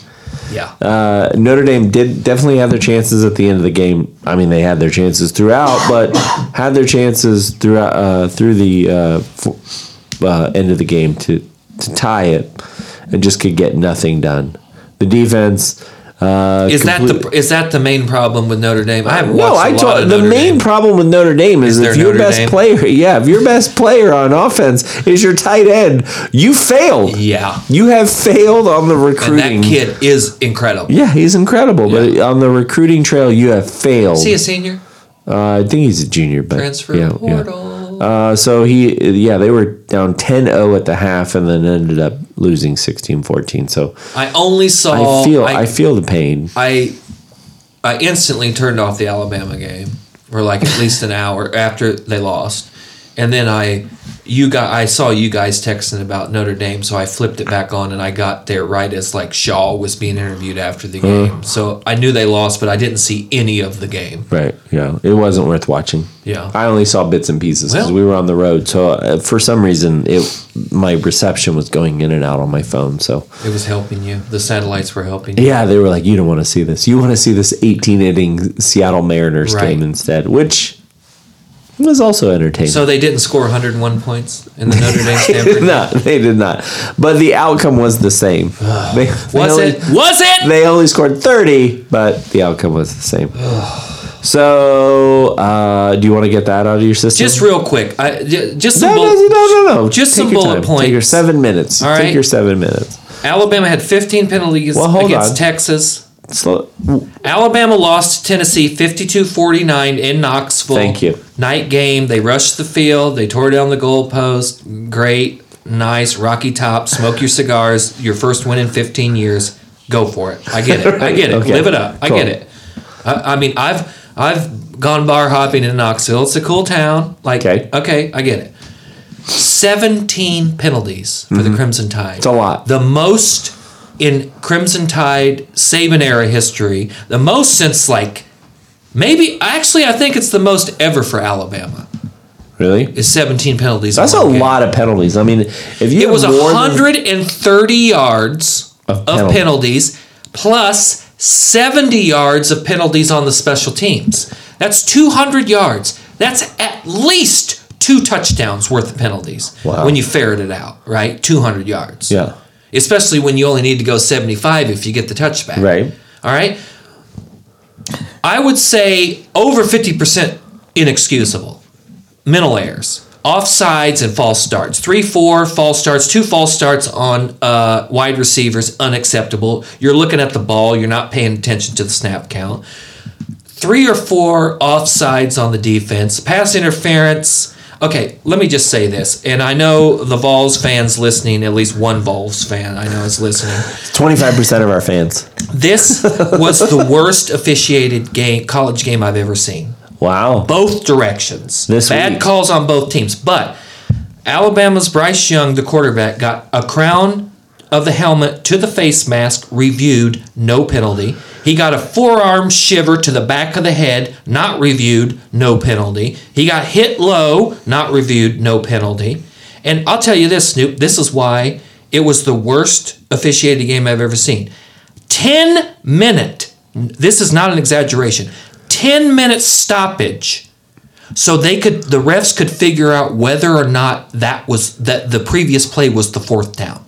B: yeah.
A: Uh, Notre Dame did definitely have their chances at the end of the game. I mean, they had their chances throughout, but had their chances throughout uh, through the uh, f- uh, end of the game to to tie it, and just could get nothing done. The defense. Uh,
B: is that
A: complete-
B: the is that the main problem with Notre Dame? I haven't watched
A: no,
B: a
A: I
B: lot
A: told
B: of
A: the
B: Notre
A: main
B: Dame.
A: problem with Notre Dame is,
B: there
A: if your
B: Notre
A: best
B: Dame?
A: player, yeah, if your best player on offense is your tight end, you failed.
B: Yeah.
A: you have failed on the
B: and
A: recruiting.
B: that kid is incredible.
A: yeah, he's incredible, but on the recruiting trail, you have failed.
B: Is he a senior?
A: Uh, I think he's a junior, but
B: Transfer
A: yeah,
B: portal.
A: Yeah. Uh, so he, yeah, they were down 10-0 at the half, and then ended up losing 16-14. So
B: I only saw.
A: I feel, I, feel the pain.
B: I I instantly turned off the Alabama game for like at least an hour after they lost, and then I you got I saw you guys texting about Notre Dame, so I flipped it back on and I got there right as like Shaw was being interviewed after the game, so I knew they lost, but I didn't see any of the game.
A: Right. Yeah. It wasn't worth watching.
B: Yeah.
A: I only saw bits and pieces because
B: Well-
A: we were on the road. So uh, for some reason, it my reception was going in and out on my phone. So
B: It was helping you. The satellites were helping you.
A: yeah, they were like, "You don't want to see this. You want to see this 18 inning Seattle Mariners
B: Right.
A: game instead," which was also entertaining.
B: So they didn't score 101 points in the Notre Dame Stanford.
A: no, they did not. But the outcome was the same. They, they
B: Was
A: only,
B: it? Was it?
A: They only scored 30, but the outcome was the same. So, uh, do you want to get that out of your system?
B: Just real quick, I, j- just some
A: no,
B: bull-
A: no, no, no, no, no.
B: Just
A: Take
B: some
A: your
B: bullet
A: time.
B: points.
A: Take your seven minutes.
B: All right.
A: Take your seven minutes.
B: Alabama had 15 penalties
A: Well, hold
B: against
A: on.
B: Texas.
A: Slow.
B: Alabama lost to Tennessee 52-49 in Knoxville.
A: Thank you.
B: Night game. They rushed the field. They tore down the goalpost. Great, nice, rocky top. Smoke your cigars. Your first win in 15 years. Go for it. I get it. I get it.
A: Okay.
B: Live it up. I
A: Cool.
B: get it. I, I mean, I've I've gone bar hopping in Knoxville. It's a cool town. Like,
A: Okay.
B: okay, I get it. 17 penalties for the Crimson Tide. It's
A: Mm-hmm. a lot.
B: The most in Crimson Tide Saban era history. The most since like maybe actually I think it's the most ever for Alabama
A: Really?
B: is 17 penalties. in
A: That's a
B: one game.
A: lot of penalties. I mean, if you
B: It
A: have
B: was
A: more than-
B: 130 yards
A: Of
B: of,
A: penalty.
B: penalties plus 70 yards of penalties on the special teams. That's 200 yards. That's at least two touchdowns worth of penalties
A: Wow.
B: when you ferret it out, right? 200 yards.
A: Yeah.
B: Especially when you only need to go 75 if you get the touchback.
A: Right.
B: All right. I would say over 50% inexcusable. Mental errors, offsides, and false starts. Three, four false starts, two false starts on uh, wide receivers, unacceptable. You're looking at the ball, you're not paying attention to the snap count. Three or four offsides on the defense, pass interference. Okay, let me just say this, and I know the Vols fans listening, at least one Vols fan I know is listening.
A: 25% of our fans.
B: This was the worst officiated game, college game I've ever seen.
A: Wow.
B: Both directions.
A: This
B: Bad
A: week.
B: calls on both teams. But Alabama's Bryce Young, the quarterback, got a crown of the helmet to the face mask reviewed, no penalty. He got a forearm shiver to the back of the head, not reviewed, no penalty. He got hit low, not reviewed, no penalty. And I'll tell you this, Snoop, this is why it was the worst officiated game I've ever seen. 10 minute, this is not an exaggeration, 10 minute stoppage so they could the refs could figure out whether or not that was that the previous play was the fourth down.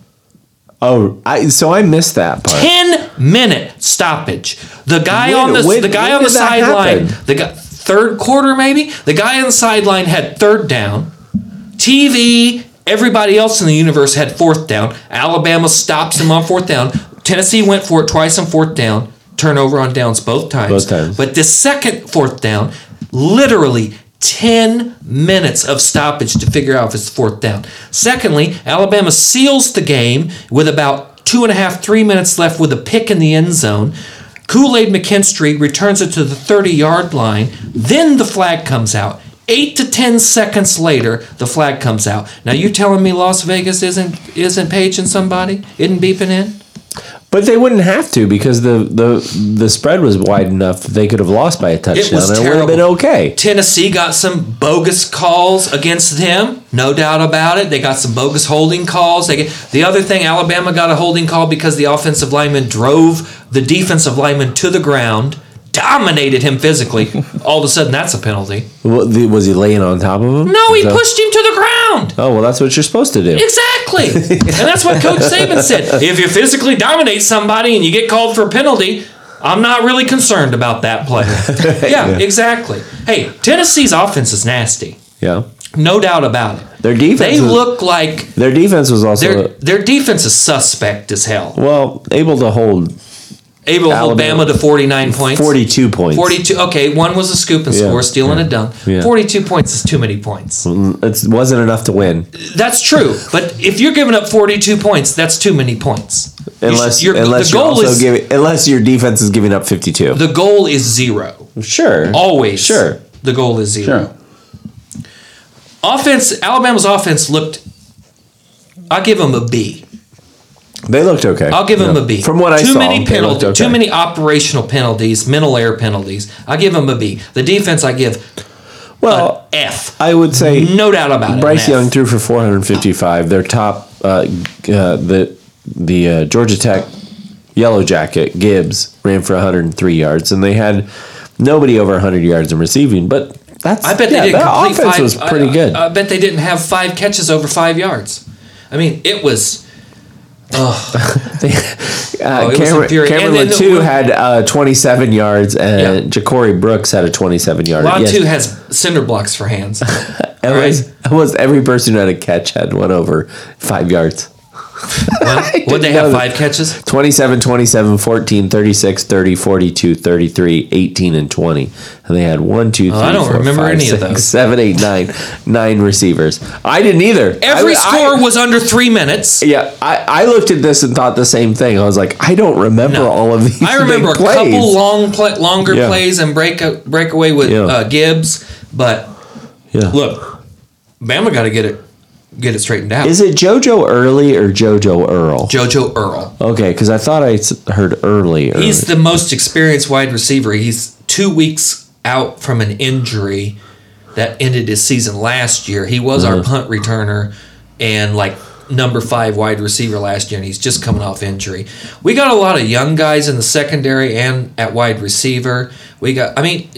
A: Oh, I, so I missed that part.
B: 10 minute stoppage. The guy
A: When-
B: on the
A: when-
B: the guy
A: when
B: on the
A: did that
B: sideline,
A: happen?
B: the guy, third quarter maybe, the guy on the sideline had third down. TV, everybody else in the universe had fourth down. Alabama stops him on fourth down. Tennessee went for it twice on fourth down. Turnover on downs both times.
A: Both times.
B: But this second fourth down, literally 10 minutes of stoppage to figure out if it's fourth down. Secondly, Alabama seals the game with about two and a half, three minutes left with a pick in the end zone. Kool Aid McKinstry returns it to the 30 yard line. Then the flag comes out. Eight to ten seconds later, the flag comes out. Now you telling me Las Vegas isn't isn't paging somebody, isn't beeping in?
A: But they wouldn't have to because the, the the spread was wide enough that they could have lost by a touchdown
B: was
A: and it would have been
B: terrible.
A: okay.
B: Tennessee got some bogus calls against them, no doubt about it. They got some bogus holding calls. They get, the other thing, Alabama got a holding call because the offensive lineman drove the defensive lineman to the ground, dominated him physically. All of a sudden, that's a penalty.
A: Wa- the- Was he laying on top of him?
B: No, he
A: So-
B: pushed him to the ground.
A: Oh, well, that's what you're supposed to do.
B: Exactly, and that's what Coach Saban said. If you physically dominate somebody and you get called for a penalty. I'm not really concerned about that play. yeah, exactly. Hey, Tennessee's offense is nasty.
A: yeah.
B: No doubt about it.
A: Their defense
B: They
A: was,
B: look like
A: their defense was also
B: their their defense is suspect as hell.
A: well, able to hold
B: Able to hold
A: Alabama-
B: Bama to 49 points.
A: 42 points.
B: 42. Okay, one was a scoop and
A: Yeah,
B: score, stealing a dunk.
A: yeah. Mm.
B: 42 points is too many points.
A: It wasn't enough to win.
B: That's true. But if you're giving up 42 points, that's too many points. You should-
A: Unless
B: your-
A: unless
B: the
A: you're
B: goal
A: also
B: is
A: giving unless your defense is giving up 52.
B: the goal is zero.
A: sure.
B: Always.
A: Sure.
B: The goal is zero.
E: Sure.
B: Offense Alabama's offense looked I give them a B.
A: They looked okay.
B: I'll give him
A: Yeah.
B: a B.
A: From what I
B: too
A: saw,
B: many
A: they looked
B: penalty,
A: okay.
B: too many operational penalties, mental error penalties. I give him a B. The defense, I give
A: Well,
B: an F.
A: I would say
B: No doubt about it.
A: Uh, Bryce
B: an F.
A: Young threw for 455. Their top, uh, g- uh, the the uh, Georgia Tech Yellow Jacket Gibbs ran for 103 yards, and they had nobody over 100 yards in receiving. But that's
B: I bet
A: yeah,
B: they didn't
A: that
B: complete
A: offense
B: five,
A: was pretty
B: I,
A: good.
B: I, I bet they didn't have five catches over five yards. I mean, it was
A: Uh,
B: Oh, it was
A: Cameron,
B: infuriating.
A: Cameron
B: And then
A: Latou
B: the-
A: had uh, 27 yards, and Ja'Cory Brooks had a 27 yard.
B: Latu
A: Yes.
B: has cinder blocks for hands.
A: Almost, almost every person who had a catch had one over five yards.
B: Would they
A: know
B: have
A: that.
B: five catches?
A: 27, 27, 14, 36, 30, 42, 33, 18, and 20. And they had one, two, three,
B: Oh, I don't
A: four,
B: remember
A: five,
B: any
A: six,
B: of those.
A: seven, eight, nine, nine receivers. I didn't either.
B: Every
A: I-
B: score
A: I-
B: was under three minutes.
A: Yeah, I, I looked at this and thought the same thing. I was like, I don't remember
B: No.
A: all of these.
B: I remember a
A: big plays.
B: couple long, play, longer
A: Yeah.
B: plays and break breakaway with
A: Yeah.
B: uh, Gibbs, but
A: Yeah.
B: look, Bama got to get it get it straightened out.
A: Is it JoJo Early or JoJo Earl?
B: JoJo Earl.
A: okay, because I thought I s- heard early. early.
B: He's the most experienced wide receiver. He's two weeks out from an injury that ended his season last year. He was our punt returner and like number five wide receiver last year, and he's just coming off injury. We got a lot of young guys in the secondary and at wide receiver. We got, I mean,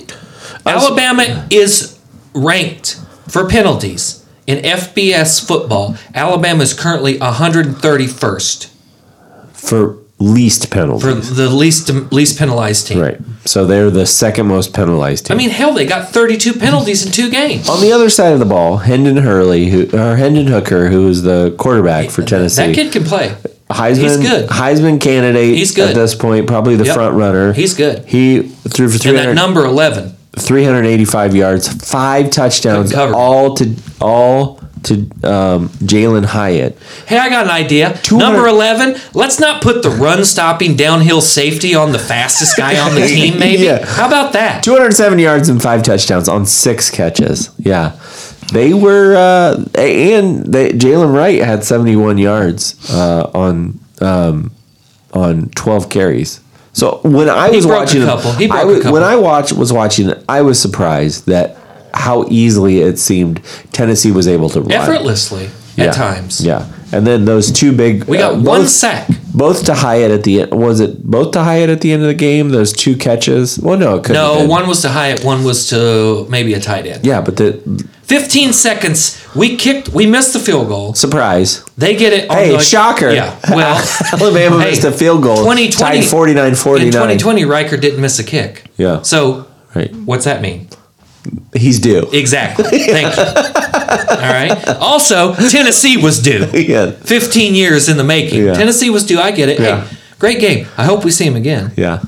B: Alabama is ranked for penalties in FBS football. Alabama is currently 131st
A: for least penalty.
B: for the least least penalized team.
A: right. So they're the second most penalized team.
B: I mean, hell, they got 32 penalties in two games.
A: on the other side of the ball, Hendon Hurley, who or Hendon Hooker, who is the quarterback for Tennessee.
B: That kid can play.
A: Heisman,
B: he's good.
A: Heisman candidate
B: He's good.
A: at this point, probably the
B: Yep.
A: front runner.
B: He's good.
A: He threw for
B: And that
A: 300,
B: number 11.
A: 385 yards, five touchdowns,
B: Couldn't cover.
A: all to all to um, Jalen Hyatt.
B: Hey, I got an idea.
A: 200
B: Number 11, let's not put the run stopping downhill safety on the fastest guy on the team, maybe.
A: Yeah.
B: How about that?
A: 207 yards and five touchdowns on six catches. Yeah. They were, uh, and they, Jalen Wright had 71 yards uh, on um, on 12 carries. So when I was
B: broke a
A: watching, them,
B: couple. He broke
A: I
B: a
A: was-
B: couple.
A: when I watched was watching, it, I was surprised that how easily it seemed Tennessee was able to run
B: Effortlessly
A: yeah.
B: at times.
A: Yeah, and then those two big.
B: We got
A: uh,
B: one
A: both-
B: sack.
A: Both to Hyatt at the end. Was it both to Hyatt at the end of the game? Those two catches. Well, no, it couldn't. have
B: No,
A: been.
B: one was to Hyatt, one was to maybe a tight end.
A: Yeah, but the
B: 15 seconds. We kicked, we missed the field goal.
A: surprise.
B: They get it. on
A: Hey,
B: the-
A: shocker.
B: Yeah. Well,
A: Alabama
B: hey,
A: missed a field goal.
B: 2020
A: Tied 49
B: in
A: 49.
B: 2020, Riker didn't miss a kick.
A: Yeah.
B: So
A: Right.
B: What's that mean?
A: He's due.
B: Exactly. Thank you. All right. Also, Tennessee was due.
A: Yeah.
B: 15 years in the making.
A: Yeah.
B: Tennessee was due. I get it.
A: Yeah.
B: Hey, great game. I hope we see him again.
A: Yeah.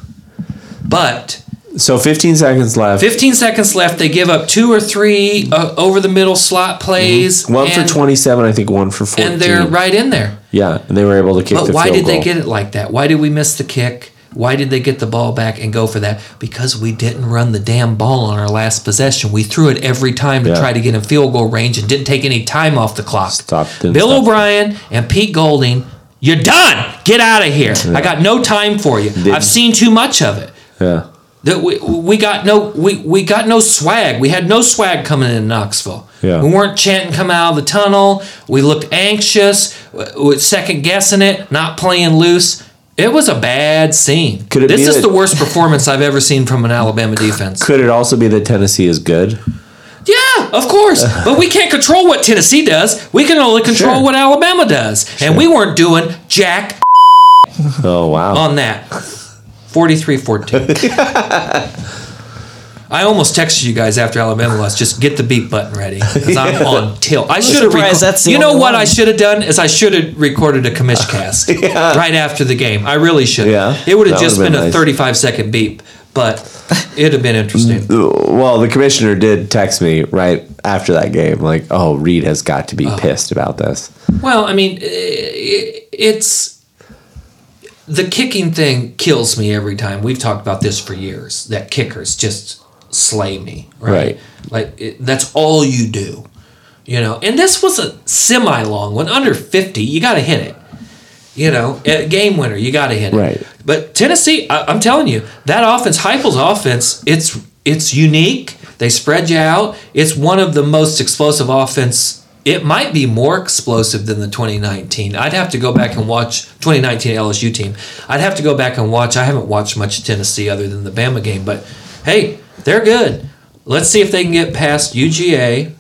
B: But
A: So 15 seconds left.
B: 15 seconds left. They give up two or three uh, over the middle slot plays.
A: Mm-hmm. one
B: and,
A: for 27, I think one for 14.
B: And they're right in there.
A: Yeah, and they were able to kick
B: But
A: the
B: why
A: field
B: did they
A: goal.
B: get it like that? Why did we miss the kick? Why did they get the ball back and go for that? Because we didn't run the damn ball on our last possession. We threw it every time to
A: Yeah.
B: try to get in field goal range and didn't take any time off the clock.
A: Stop- didn't
B: Bill
A: stop.
B: O'Brien and Pete Golding, you're done. Get out of here. I got no time for you. I've seen too much of it.
A: Yeah.
B: That we, we got no we, we got no swag. We had no swag coming in Knoxville.
A: Yeah.
B: We weren't chanting "Come out of the tunnel." We looked anxious, second guessing it, not playing loose. It was a bad scene.
A: Could it
B: this
A: be
B: is
A: that-
B: the worst performance I've ever seen from an Alabama defense.
A: Could it also be that Tennessee is good?
B: yeah, of course, but we can't control what Tennessee does. We can only control
A: Sure.
B: what Alabama does, and we weren't doing jack
A: Oh, wow.
B: on that. 43-14. I almost texted you guys after Alabama lost. Just get the beat button ready because I'm on tilt. I should have
C: surprised that's the
B: You know
C: only
B: what
C: one.
B: I should have done is I should have recorded a commish cast right after the game. I really should.
A: Yeah,
B: It would have
A: that
B: just
A: would've
B: been,
A: been nice.
B: a 35 second beep, but it'd have been interesting.
A: well, the commissioner did text me right after that game, like, "Oh, Reed has got to be
B: Oh.
A: pissed about this."
B: Well, I mean, i- i- it's the kicking thing kills me every time. We've talked about this for years. That kickers just slay me, right?
A: Right.
B: Like it, that's all you do, you know. And this was a semi long one, under fifty. You got to hit it, you know. A game winner, you got to hit it.
A: Right.
B: But Tennessee, I, I'm telling you, that offense, Heupel's offense, it's it's unique. They spread you out. It's one of the most explosive offense. It might be more explosive than the 2019. I'd have to go back and watch 2019 LSU team. I'd have to go back and watch. I haven't watched much of Tennessee other than the Bama game, but hey, they're good. Let's see if they can get past UGA,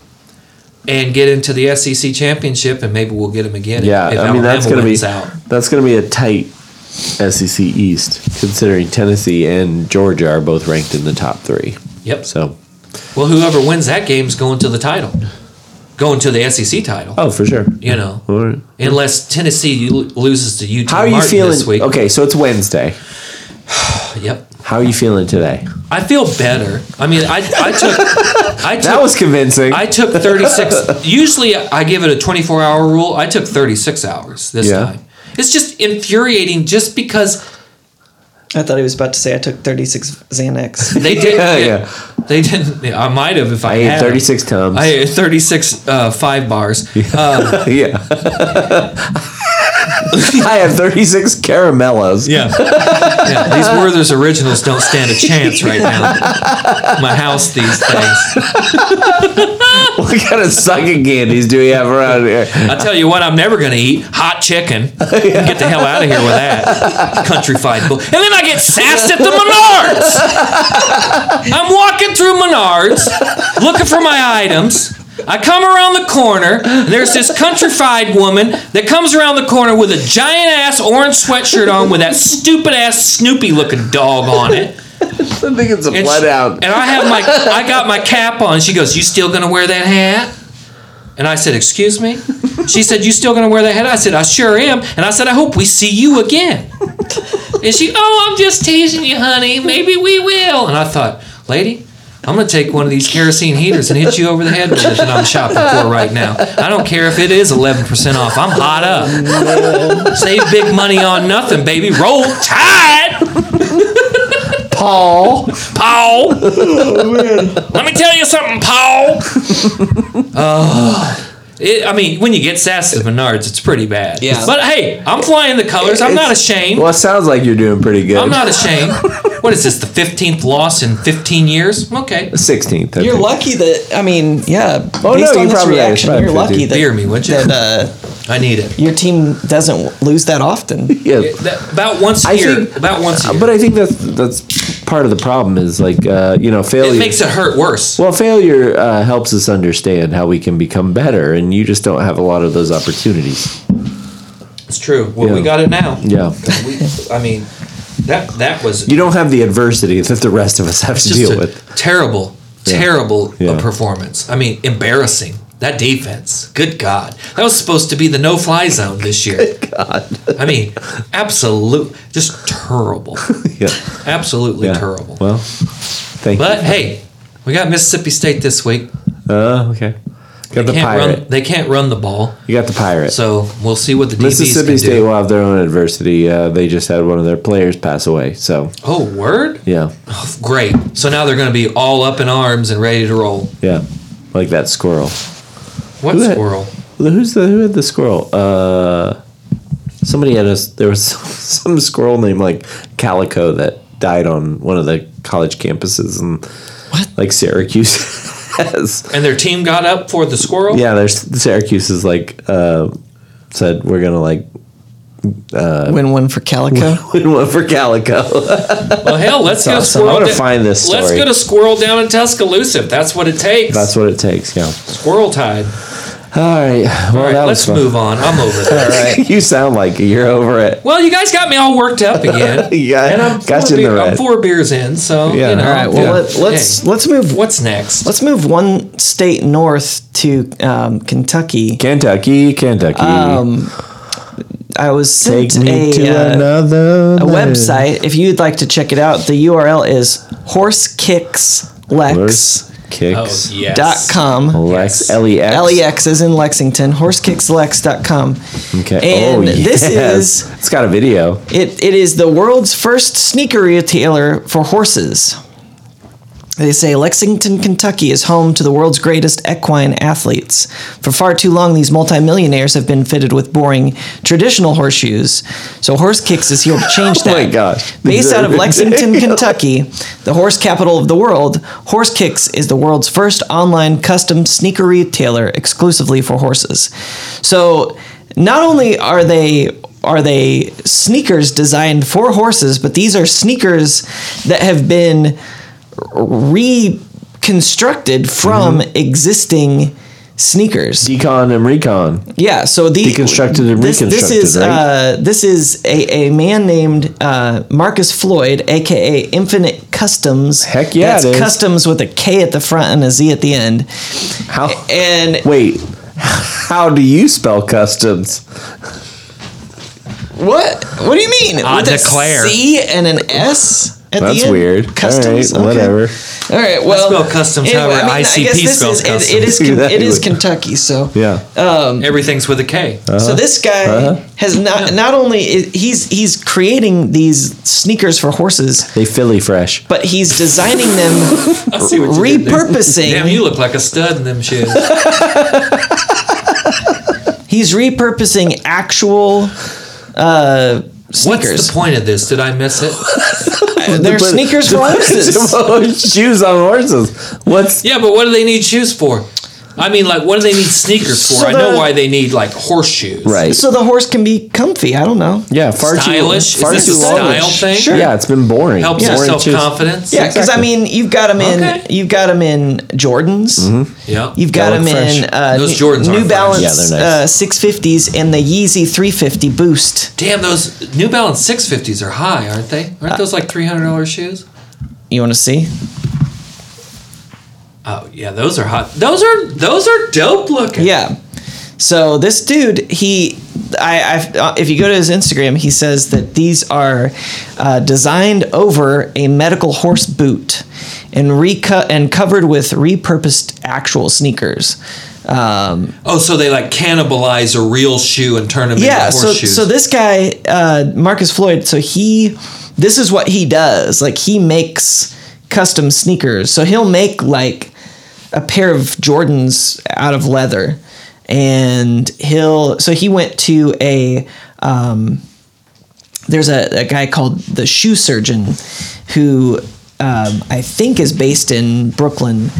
B: and get into the SEC championship, and maybe we'll get them again.
A: Yeah,
B: if
A: I mean
B: Alabama
A: that's gonna be
B: wins out.
A: that's gonna be a tight SEC East, considering Tennessee and Georgia are both ranked in the top three.
B: Yep.
A: So,
B: Well, whoever wins that game's going to the title, going to the SEC title.
A: oh, for sure.
B: You know,
A: All right.
B: unless Tennessee lo- loses to UT
A: How are you
B: Martin
A: feeling?
B: this week.
A: Okay, so it's Wednesday.
B: Yep.
A: How are you feeling today?
B: I feel better. I mean, I, I took I took
A: That was convincing.
B: I took 36. usually, I give it a 24 hour rule. I took 36 hours this
A: Yeah.
B: time. It's just infuriating, just because
C: I thought he was about to say I took 36 Xanax.
B: they didn't.
A: Yeah,
B: get-
A: yeah.
B: They didn't. yeah, I might have if I,
A: I ate
B: had 'em.
A: 36 tums.
B: I ate 36 uh, five bars. Um,
A: yeah. I have 36 caramellos.
B: yeah. yeah. These Werther's originals don't stand a chance right now. My house, these things.
A: What kind of sucking candies do we have around here?
B: I'll tell you what, I'm never going to eat hot chicken. Get the hell out of here with that. Countryfied bull. And then I get sassed at the Menards. I'm walking through Menards looking for my items. I come around the corner, and there's this countrified woman that comes around the corner with a giant ass orange sweatshirt on with that stupid ass Snoopy looking dog on it.
A: I think it's a
B: And,
A: blood
B: she-
A: out.
B: and I have my I got my cap on. She goes, "You still gonna wear that hat?" And I said, "Excuse me." She said, "You still gonna wear that hat?" I said, "I sure am." And I said, "I hope we see you again." And she, "Oh, I'm just teasing you, honey. Maybe we will." And I thought, "Lady." I'm gonna take one of these kerosene heaters and hit you over the head with it that I'm shopping for right now. I don't care if it is 11% off. I'm hot up. Save big money on nothing, baby. Roll Tide.
A: Paul.
B: Paul.
A: Oh,
B: Let me tell you something, Paul. Uh, It, I mean, when you get sassed at Menards, it's pretty bad.
C: Yeah.
B: But hey, I'm flying the colors. I'm not ashamed.
A: Well, it sounds like you're doing pretty good.
B: I'm not ashamed. What is this? The 15th loss in 15 years? Okay.
A: 16th. I
C: You're
A: think.
C: lucky that I mean, yeah.
A: Oh,
C: based
A: no, you're
C: on this
A: probably right.
C: reaction,
A: It's
C: you're
A: probably
C: lucky
A: 50.
B: Beer
C: that,
B: me, would you?
C: that uh,
B: I need it.
C: your team doesn't lose that often.
A: Yeah.
B: That- about once a
A: I
B: year.
A: think-
B: about once a
A: Uh,
B: year.
A: But I think that's that's part of the problem is like uh, you know failure.
B: it makes it hurt worse.
A: well, failure uh, helps us understand how we can become better, and you just don't have a lot of those opportunities.
B: It's true. Well, we
A: Yeah.
B: got it now.
A: Yeah,
B: We, I mean, that that was
A: you don't have the adversity that the rest of us have to
B: just
A: deal
B: a
A: with.
B: terrible, terrible uh,
A: Yeah.
B: performance. I mean, embarrassing. That defense, good God, that was supposed to be the no-fly zone this year. Good God, I mean, absolute, just terrible,
A: Yeah,
B: absolutely
A: yeah.
B: terrible.
A: Well, thank
B: But
A: you.
B: hey, we got Mississippi State this week.
A: Uh, okay, got
B: They
A: the
B: can't
A: pirate.
B: run. They can't run the ball,
A: You got the pirate.
B: so we'll see what the DBs
A: Mississippi
B: can
A: State
B: do.
A: will have their own adversity. Uh, they just had one of their players pass away, so
B: Oh, word!
A: yeah,
B: Oh, great. So now they're going to be all up in arms and ready to roll.
A: yeah, like that squirrel.
B: What
A: Who the-
B: squirrel?
A: Who's the who had the squirrel? Uh, somebody had a there was some squirrel named like Calico that died on one of the college campuses and like Syracuse has.
B: And their team got up for the squirrel.
A: Yeah, there's Syracuse is like uh, said we're gonna like
C: Win one for Calico.
A: win one for Calico.
B: Well, hell, let's get a
A: awesome.
B: squirrel.
A: I wanna
B: da-
A: find this
B: Let's
A: story.
B: get a squirrel down in Tuscaloosa. If that's what it takes.
A: That's what it takes. Yeah.
B: squirrel tide.
A: All right. Well,
B: All right,
A: that
B: let's
A: was fun.
B: move on. I'm over that.
A: you sound like you're over it.
B: Well, you guys got me all worked up again.
A: Yeah,
B: and I'm,
A: got
B: four
A: you in the
B: beer- I'm
A: red.
B: four beers in, so
A: Yeah.
B: you know.
A: All
C: All right. Well,
A: Yeah.
C: let, let's
B: Hey,
C: let's move
B: what's next?
C: let's move one state north to um, Kentucky.
A: Kentucky, Kentucky.
C: Um, I was
A: Take
C: sent
A: me
C: a,
A: to
C: uh,
A: another
C: a
A: land.
C: website. If you'd like to check it out, the URL is horsekickslex.com.
A: Kicks.
B: yes.
A: Lex. E L-E-X.
C: LEX E is in Lexington, horsekickslex.com.
A: Okay.
C: And
A: oh,
C: this
A: yes.
C: is
A: It's got a video.
C: it, it is the world's first sneaker retailer for horses. They say Lexington, Kentucky is home to the world's greatest equine athletes. For far too long, these multimillionaires have been fitted with boring traditional horseshoes. So Horse Kicks is here to change that.
A: Oh my gosh. These
C: Based
A: are
C: out of Lexington,
A: ridiculous.
C: Kentucky, the horse capital of the world, Horse Kicks is the world's first online custom sneaker retailer exclusively for horses. So, not only are they are they sneakers designed for horses, but these are sneakers that have
A: Mm-hmm.
C: been reconstructed from existing sneakers.
A: Decon and recon.
C: Yeah, so the
A: Deconstructed and
C: this, This
A: reconstructed,
C: is uh, this is a, a man named uh, Marcus Floyd, aka Infinite Customs.
A: Heck yeah,
C: that's
A: it is.
C: Customs with a K at the front and a Z at the end.
A: How?
C: And
A: Wait. How do you spell customs?
C: what? What do you mean?
B: I
C: with a
B: declare.
C: C and an S. At the
A: That's
C: end?
A: weird.
C: Customs.
A: All right,
C: okay.
A: whatever.
C: All right. Well,
B: spell customs however ICP spells
C: is, It, it is.
A: customs.
C: It is
A: Exactly.
C: Kentucky. So
A: Yeah.
C: Uh,
B: Everything's with a K.
C: So this guy
A: Uh-huh.
C: has not not only i- he's he's creating these sneakers for horses,
A: they Philly fresh.
C: but he's designing them,
B: I see what you did there.
C: repurposing.
B: Damn, you look like a stud in them shoes.
C: He's repurposing actual uh,
B: What's
C: sneakers.
B: the point of this? Did I miss it?
C: They're sneakers for horses.
A: Shoes on horses. What's
B: Yeah, but what do they need shoes for? I mean, like, what do they need sneakers for?
C: So
B: I know
C: the-
B: why they need like horseshoes.
A: right?
C: So the horse can be comfy. I don't know.
A: yeah, far too
B: Stylish? Is
A: Far
B: this
A: too
B: a
A: long.
B: style thing?
C: Sure.
A: Yeah, it's been boring.
B: Helps
A: yeah.
B: your
A: Boring
B: self
A: shoes.
B: confidence.
C: Yeah, because
A: Exactly.
C: I mean, you've got them in
B: Okay. Mm-hmm.
C: you've got 'em in Jordans.
B: Yeah.
C: You've got
A: They
C: them
A: look
C: in
A: fresh.
C: uh,
B: Those
C: New-
B: Jordans
C: New
B: are fresh.
C: Balance
A: Yeah, they're nice.
C: uh, 650s and the Yeezy 350 Boost.
B: Damn, those New Balance 650s are high, aren't they?
C: Uh,
B: Aren't those like $300 shoes?
C: You want to see?
B: Oh, yeah, those are hot. Those are those are dope looking.
C: Yeah. So this dude, he, I, I, if you go to his Instagram, he says that these are uh, designed over a medical horse boot and recut and covered with repurposed actual sneakers. Um,
B: Oh, so they like cannibalize a real shoe and turn them
C: yeah.
B: into
C: So,
B: horseshoes.
C: so this guy, uh, Marcus Floyd. So he, this is what he does. Like he makes custom sneakers. So he'll make like a pair of Jordans out of leather, and he'll. So he went to a. Um, there's a, a guy called the shoe surgeon, who um, I think is based in Brooklyn,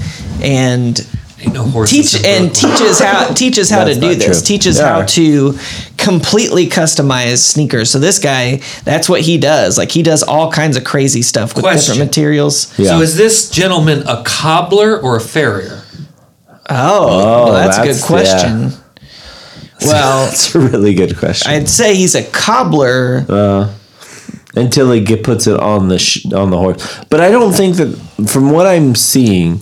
C: and
B: Ain't no horses.
C: teach
B: in
C: and
B: Brooklyn.
C: teaches how teaches how to
A: That's
C: do
A: not
C: this
A: true.
C: teaches
A: Yeah.
C: how to completely customize sneakers so this guy that's what he does like he does all kinds of crazy stuff with
B: Question.
C: different materials
A: Yeah.
B: So is this gentleman a cobbler or a farrier?
C: oh, well, that's, a
A: that's-
C: good question well
A: That's a really good question.
C: i'd say he's a cobbler
A: Uh. until he get, puts it on the sh- on the horse. But I don't think that from what I'm seeing,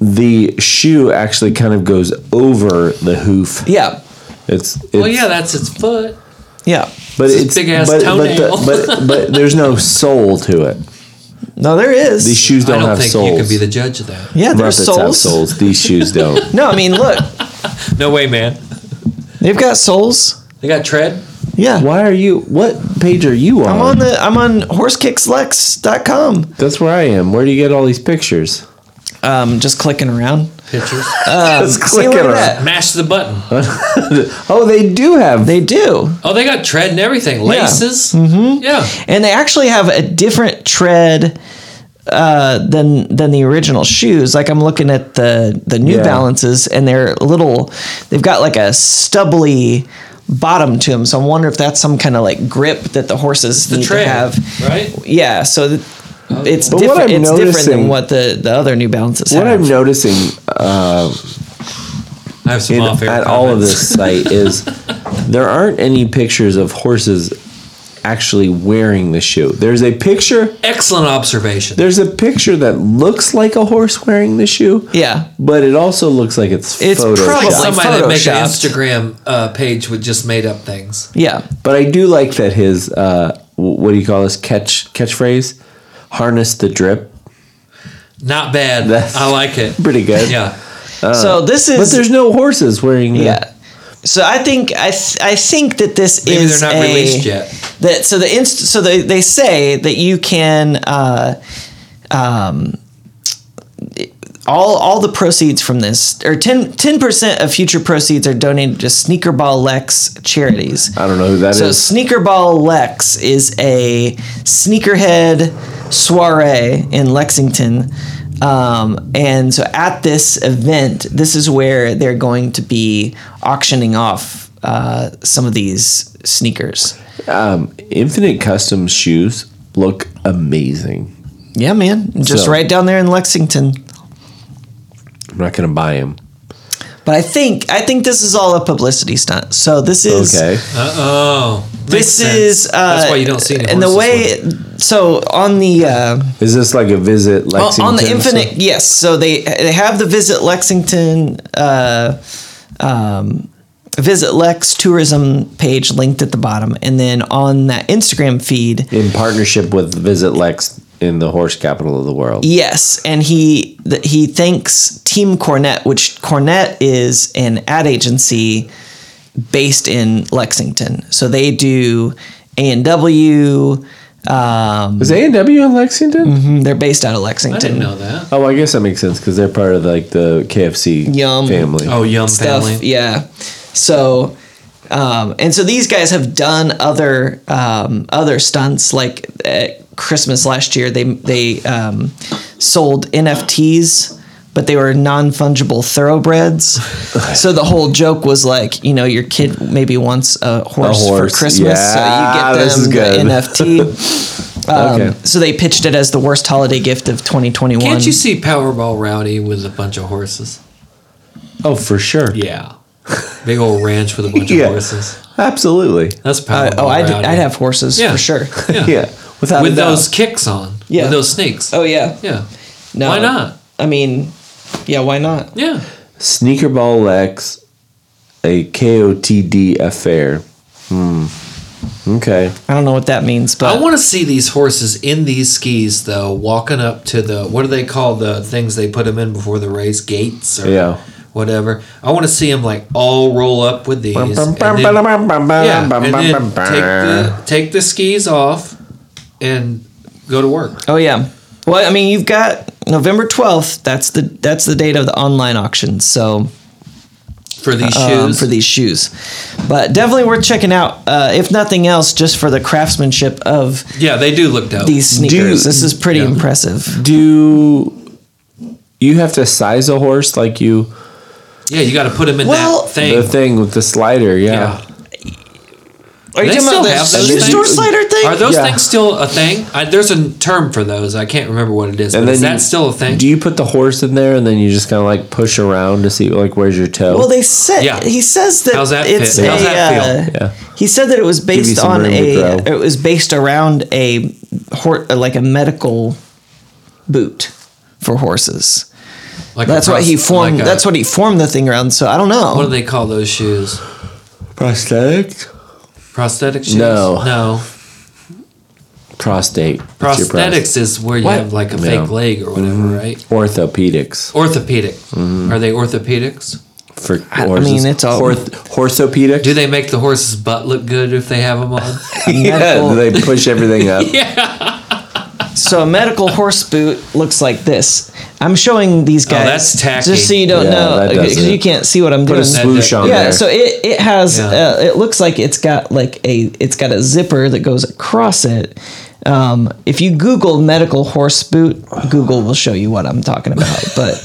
A: the shoe actually kind of goes over the hoof.
C: yeah
A: It's, it's
B: Well, yeah, that's its foot.
C: yeah
A: but
B: it's
A: it's,
B: a big-ass
A: but, but,
B: toenail.
A: the, but but there's no soul to it.
C: no there is
A: These shoes
B: I
A: don't,
B: don't
A: have
B: think
A: souls.
B: you could be the judge of that.
C: yeah there's
A: Ruffets have
C: soles.
A: souls. These shoes don't.
C: no i mean look
B: No way, man.
C: they've got soles
B: They got tread.
C: yeah
A: Why are you? What page are you on?
C: i'm on the i'm on horsekickslex.com
A: That's where I am. Where do you get all these pictures?
C: um just clicking around Um,
B: Pictures.
A: Just
C: see, look at
A: around.
C: that.
B: Mash the button.
A: Oh, they do have.
C: they do
B: Oh, they got tread and everything. Laces. Yeah. Mm-hmm. yeah.
C: and they actually have a different tread uh, than than the original shoes. Like I'm looking at the the New
A: Yeah.
C: Balances, and they're little. They've got like a stubbly bottom to them. So I wonder if that's some kind of like grip that the horses
B: The
C: need
B: tread. Oh.
C: to have.
B: Right?
C: Yeah. So th- it's
A: But what
C: different.
A: I'm
C: It's different
A: noticing-
C: than what the the other New Balances
A: what
C: have.
A: I'm noticing
B: I have some
A: in,
B: off air.
A: at all of this site is there aren't any pictures of horses actually wearing the shoe. There's a picture.
B: Excellent observation.
A: There's a picture that looks like a horse wearing the shoe.
C: yeah.
A: But it also looks like it's,
C: It's
A: photoshopped.
C: probably-
B: Like somebody that make an
C: photoshopped.
B: Instagram uh, page with just made up things.
C: Yeah.
A: But I do like that his uh, wh- what do you call this catch catchphrase? Harness the drip.
B: Not bad.
A: That's-
B: I like it.
A: Pretty good.
B: Yeah.
C: so this
A: Uh, But
C: is
A: there's no horses wearing. The,
C: yeah. So I think I th- I think that this
B: Maybe
C: is
B: they're not
C: a-
B: released yet.
C: That so the inst- so they, they say that you can uh, um, all all the proceeds from this or 10 percent of future proceeds are donated to Sneakerball Lex charities.
A: I don't know who that is.
C: So Sneakerball Lex is a sneakerhead soiree in Lexington. Um, and so at this event, this is where they're going to be auctioning off uh, some of these sneakers.
A: um, Infinite Custom shoes look amazing.
C: Yeah, man. Just
A: So-
C: right down there in Lexington.
A: I'm not gonna buy them.
C: But I think I think this is all a publicity stunt. So this is
A: Okay.
B: Uh oh.
C: this is uh,
B: That's why you don't see any
C: and the
B: horses
C: way so on the uh,
A: Is this like a visit
C: well,
A: Lexington?
C: Uh, on the infinite
A: stuff?
C: yes so they they have the visit lexington uh, um, visit lex tourism page linked at the bottom and then on that instagram feed
A: in partnership with Visit Lex in the horse capital of the world.
C: Yes, and he th- he thanks Team Cornet, which Cornet is an ad agency based in Lexington. So they do A and W. Um,
A: Is A and W in Lexington?
C: they're based out of
B: I
C: Lexington.
B: didn't know that.
A: Oh, I guess that makes sense because they're part of like the KFC
C: Yum.
A: family.
B: Oh, Yum
C: stuff.
B: Family.
C: Yeah. So, um, and so these guys have done other um, other stunts. Like at Christmas last year, they they um, sold NFTs, but they were non fungible thoroughbreds. so the whole joke was like, you know, your kid maybe wants a horse,
A: horse.
C: for Christmas,
A: Yeah,
C: so you get
A: this
C: them
A: is good.
C: the NFT. Um,
A: Okay.
C: So they pitched it as the worst holiday gift of 2021.
B: Can't you see Powerball Rowdy with a bunch of horses?
A: Oh, for sure.
B: Yeah. Big old ranch with a bunch
A: Yeah.
B: of horses.
A: Absolutely.
B: That's
C: Uh,
B: Powerball
C: oh, I'd,
B: Rowdy.
C: I'd have horses
B: Yeah.
C: for sure.
B: Yeah.
A: Yeah. Without
B: With
A: a doubt.
B: those kicks on.
C: Yeah.
B: With those snakes.
C: Oh yeah.
B: Yeah.
C: No.
B: Why not?
C: I mean, yeah, why not?
B: Yeah.
A: Sneakerball Lex, a KOTD affair. Hmm. Okay.
C: I don't know what that means, but
B: I want to see these horses in these skis though, walking up to the what do they call the things they put them in before the race gates or
A: Yeah.
B: whatever. I want to see them like all roll up with these, and then, yeah, and then take the take the skis off and go to work.
C: oh yeah. Well, I mean, you've got November twelfth. That's the that's the date of the online auction. So
B: for these
C: um,
B: shoes.
C: for these shoes, but definitely worth checking out. Uh, if nothing else, just for the craftsmanship of
B: yeah, they do look dope.
C: these sneakers, this is pretty
B: yeah.
C: impressive.
A: Do you have to size a horse like you?
B: yeah, you got to put them in
C: Well-
B: that thing.
A: The thing with the slider, yeah.
B: yeah.
C: Are you
B: They
C: talking
B: still
C: about the
B: have those
C: shoe store
B: things?
C: slider thing?
B: Are those
A: Yeah.
B: things still a thing? I, there's a term for those. I can't remember what it is.
A: And
B: but is
A: then
B: that
A: you-
B: still a thing?
A: Do you put the horse in there and then you just kind of like push around to see like where's your toe?
C: Well, they said
B: Yeah.
C: he says that,
B: How's that
C: it's
B: fit?
C: a.
B: How's that
C: uh,
A: feel? Yeah.
C: He said that it was
A: you
C: based
A: some
C: on
A: room to
C: a.
A: grow.
C: It was based around a, hor- like a medical boot for horses.
B: like a
C: That's what he
B: pros-
C: formed.
B: like a-
C: that's what he formed the thing around. So I don't know.
B: What do they call those shoes?
A: prosthetic.
B: Prosthetic shoes?
A: No.
B: No.
A: Prostate. It's your
B: Prosthetics is where you have like a
A: Yeah.
B: fake leg or whatever,
C: Mm-hmm.
B: right?
A: pros- Orthopedics
B: Orthopedic. Are they orthopedics?
A: for
C: I mean,
A: horses.
C: it's all-
A: Horth- horsopedics.
B: Do they make the horse's butt look good if they have them on?
A: yeah,
C: medical-
A: they push everything up.
C: so a medical horse boot looks like this. I'm showing these guys.
B: Oh, that's tacky.
C: Just so you don't
A: Yeah,
C: know,
A: that does
C: because
A: it.
C: you can't see what I'm
A: Put
C: doing.
A: a swoosh on
C: yeah,
A: there.
C: so it it has
B: Yeah.
C: uh, it looks like it's got like a it's got a zipper that goes across it. Um, if you Google medical horse boot, Google will show you what I'm talking about. But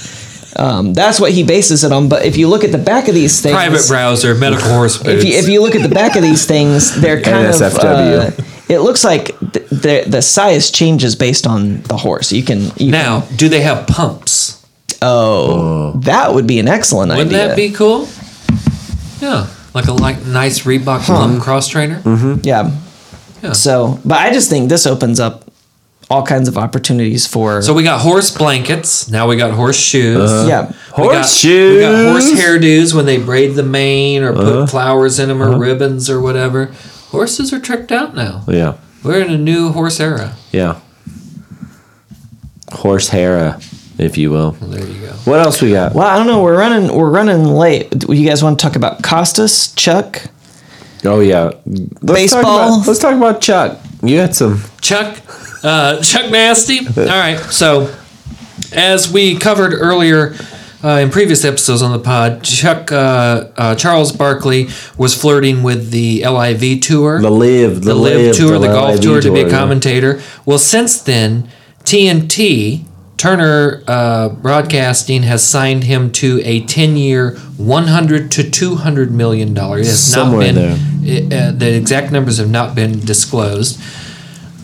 C: um, that's what he bases it on. But if you look at the back of these things,
B: Private browser, medical horse boots.
C: if you, if you look at the back of these things, they're kind
A: NSFW.
C: of. Uh, it looks like th- the the size changes based on the horse. You can you
B: now, do they have pumps?
C: oh, that would be an excellent
B: Wouldn't
C: idea.
B: that be cool? Yeah, like a like nice Reebok Plum cross trainer.
C: Mm-hmm. Yeah.
B: Yeah.
C: So, but I just think this opens up all kinds of opportunities for.
B: So uh, we got horse blankets. Now we got horse shoes. We
C: yeah.
B: got-
A: Horse
B: We got horse
A: shoes.
B: hairdos when they braid the mane or put flowers in them or ribbons or whatever. Horses are tricked out now.
A: Yeah,
B: We're in a new horse era.
A: yeah. Horse hair, if you will.
B: Well, there you go.
A: What else we got?
C: Well, I don't know. We're running. We're running late. Do You guys want to talk about Costas, Chuck?
A: Oh yeah, let's Talk
C: Baseball.
A: about, let's talk about Chuck. You had some.
B: Chuck, uh, Chuck Nasty. All right. So, as we covered earlier uh, in previous episodes on the pod, Chuck uh, uh, Charles Barkley was flirting with the LIV tour,
A: The live, the,
B: the live tour, the, golf
A: LIV
B: tour, to be a
A: yeah.
B: commentator. Well, since then, TNT Turner uh, Broadcasting has signed him to a ten-year, one hundred to two hundred million dollars. It has
A: Somewhere
B: uh, not been. It, uh, the exact numbers have not been disclosed.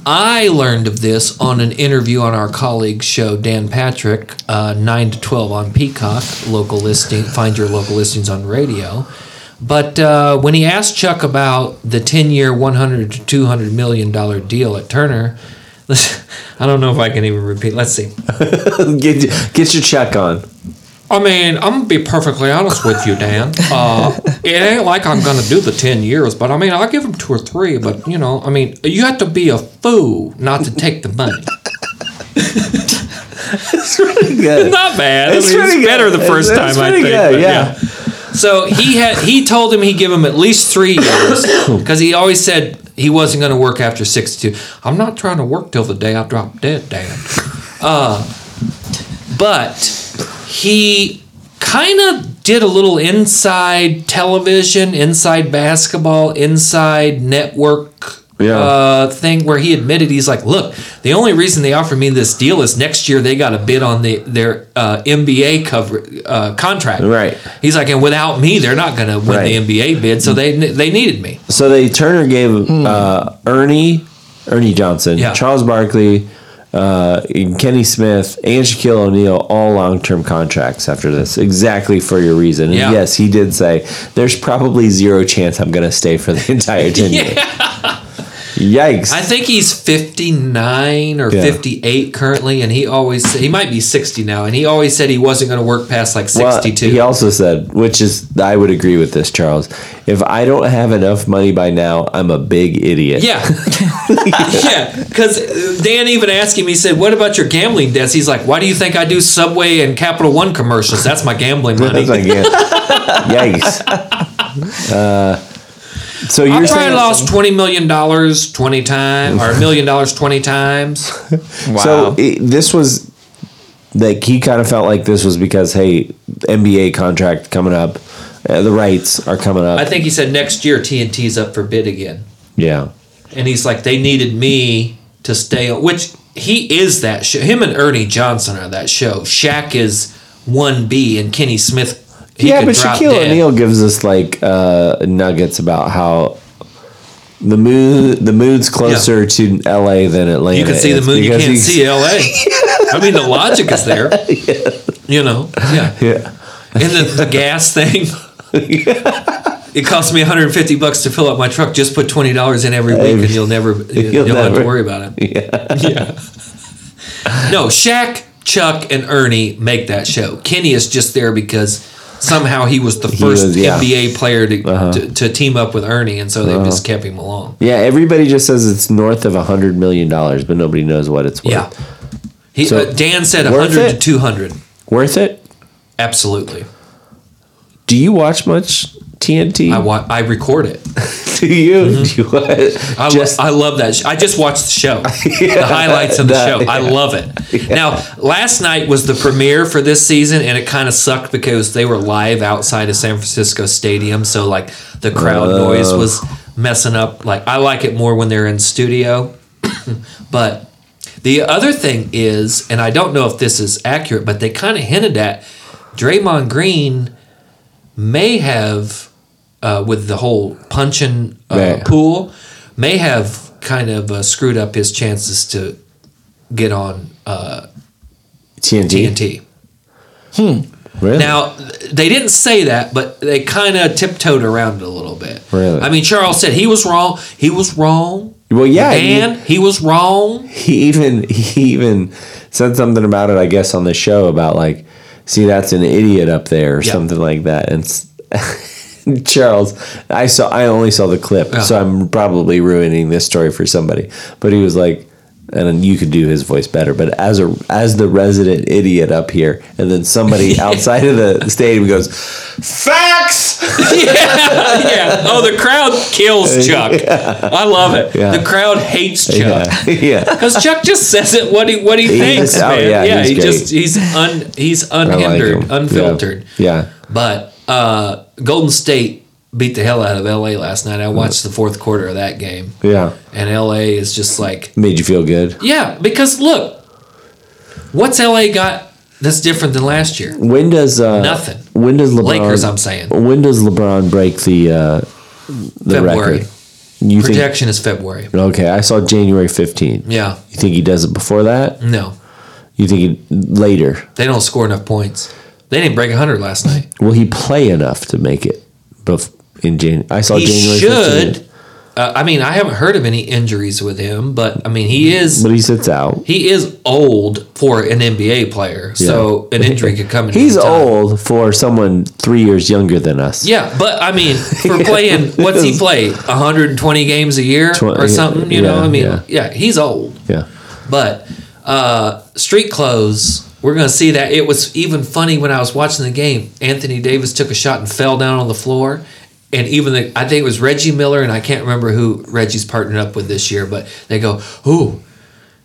B: I learned of this on an interview on our colleague's show, Dan Patrick, uh, 9 to 12 on Peacock, local listing, find your local listings on radio. But uh, when he asked Chuck about the 10 year, 100 to 200 million dollar deal at Turner, I don't know if I can even repeat. Let's see.
A: get, get your check on.
B: I mean, I'm gonna be perfectly honest with you, Dan. Uh, it ain't like I'm gonna do the ten years, but I mean, I'll give them two or three. But you know, I mean, you have to be a fool not to take the money.
A: Good.
B: Not bad.
A: It's
B: I mean,
A: pretty good.
B: better the first
A: It's-
B: time.
A: it's
B: I
A: pretty
B: think.
A: good,
B: but
A: yeah.
B: So he had he told him he'd give him at least three years because he always said he wasn't going to work after sixty-two. I'm not trying to work till the day I drop dead, Dad. Uh, but he kind of did a little inside television, inside basketball, inside network
A: Yeah.
B: uh, thing where he admitted he's like, look, the only reason they offered me this deal is next year they got a bid on the, their uh, NBA cover uh, contract.
A: Right.
B: He's like, and without me, they're not going to win
A: Right.
B: the NBA bid, so they they needed me.
A: So they Turner gave uh, Ernie, Ernie Johnson,
B: Yeah.
A: Charles Barkley, uh, and Kenny Smith, and Shaquille O'Neal all long term contracts after this, exactly for your reason. And
B: Yeah.
A: yes, he did say there's probably zero chance I'm going to stay for the entire ten years. Yikes!
B: I think he's 59 or
A: Yeah.
B: 58 currently, and he always he might be 60 now, and he always said he wasn't going to work past like
A: Well,
B: 62.
A: he also said, which is I would agree with this, Charles. If I don't have enough money by now, I'm a big idiot.
B: Yeah. yeah. Because Dan even asked him, he said, What about your gambling debts? He's like, Why do you think I do Subway and Capital One commercials? That's my gambling money.
A: That's like, yeah. Yikes. Uh, so you're
B: I
A: saying
B: probably lost $20 million 20 times or a million dollars 20 times.
A: so it, this was like he kind of felt like this was because hey NBA contract coming up, uh, the rights are coming up.
B: I think he said next year TNT's up for bid again.
A: yeah,
B: and he's like, they needed me to stay, on- which he is that show. Him and Ernie Johnson are that show. Shaq is one B, and Kenny Smith. he
A: yeah,
B: could
A: but
B: drop
A: Shaquille
B: dead.
A: O'Neal gives us like uh, nuggets about how. The mood, the mood's closer to L.A. than Atlanta.
B: You can see the
A: is
B: moon, you
A: because
B: can't
A: he's-
B: see L.A. I mean, the logic is there. You know, yeah.
A: Yeah,
B: And the, the gas thing. It cost me 150 bucks to fill up my truck. Just put twenty dollars in every week, and you'll never you'll,
A: You'll
B: have to
A: never-
B: worry about it.
A: yeah.
B: No, Shaq, Chuck, and Ernie make that show. Kenny is just there because somehow he was the first
A: was, yeah. Uh-huh.
B: NBA player to, to, to team up with Ernie, and so they just kept him along.
A: Yeah, everybody just says it's north of a hundred million dollars, but nobody knows what it's worth.
B: Yeah. He,
A: So,
B: uh, Dan said
A: worth
B: 100 to
A: it?
B: 200.
A: Worth it?
B: Absolutely.
A: Do you watch much TNT?
B: I, wa- Mm-hmm. I record it.
A: do you? Do you watch-
B: I, lo-
A: just
B: I love that. Sh- I just watched the show, the highlights of the,
A: that-
B: show. I love it. Now, last night was the premiere for this season, and it kind of sucked because they were live outside of San Francisco Stadium, so like the crowd noise was messing up. Like I like it more when they're in studio, but the other thing is, and I don't know if this is accurate, but they kind of hinted at Draymond Green may have, uh, with the whole punching uh,
A: Right.
B: pool, may have kind of uh, screwed up his chances to get on uh,
A: TNT.
B: TNT.
A: Really?
B: Now, th- they didn't say that, but they kind of tiptoed around it a little bit.
A: Really?
B: I mean, Charles said he was wrong. He was wrong.
A: well, yeah.
B: Dan,
A: He,
B: he was wrong.
A: he even he even said something about it, I guess, on the show about like, see, that's an idiot up there or
B: Yeah.
A: something like that. And s- Charles, I saw I only saw the clip,
B: Uh-huh.
A: so I'm probably ruining this story for somebody. But he was like. And then you could do his voice better, but as a as the resident idiot up here, and then somebody outside of the stadium goes, "Facts."
B: yeah. Oh, the crowd kills Chuck. I love it.
A: Yeah.
B: The crowd hates Chuck
A: Yeah, yeah.
B: because Chuck just says it what he what he, thinks.
A: just- oh,
B: man.
A: yeah,
B: yeah,
A: he's
B: he
A: great.
B: just he's un he's
A: I like
B: unhindered,
A: him.
B: unfiltered.
A: Yeah. yeah.
B: But uh, Golden State beat the hell out of L.A. last night. I watched the fourth quarter of that game,
A: Yeah.
B: and L.A. is just like
A: Made you feel good.
B: yeah, because look, what's L.A. got that's different than last year?
A: When does uh,
B: Nothing.
A: When does LeBron?
B: Lakers, I'm saying
A: When does LeBron break the uh, the
B: February.
A: record? You think?
B: Projection is February.
A: Okay, I saw January 15th.
B: Yeah.
A: You think he does it before that?
B: No,
A: You think he, later?
B: they don't score enough points. They didn't break 100 last night.
A: Will he play enough to make it? Bef- in Jan- I saw
B: He
A: January
B: should.
A: 15th,
B: Uh, I mean, I haven't heard of any injuries with him, but I mean, he is
A: but he sits out.
B: he is old for an NBA player, so an injury could come. At
A: He's
B: any time.
A: old for someone three years younger than us.
B: Yeah, but I mean, for playing, what's he play? 120 games a year
A: Twen-
B: or something? You know,
A: yeah,
B: I mean,
A: yeah.
B: yeah. he's old.
A: Yeah.
B: But uh, street clothes, we're gonna see that. It was even funny when I was watching the game. Anthony Davis took a shot and fell down on the floor, and even the, I think it was Reggie Miller, and I can't remember who Reggie's partnered up with this year, but they go, "Ooh."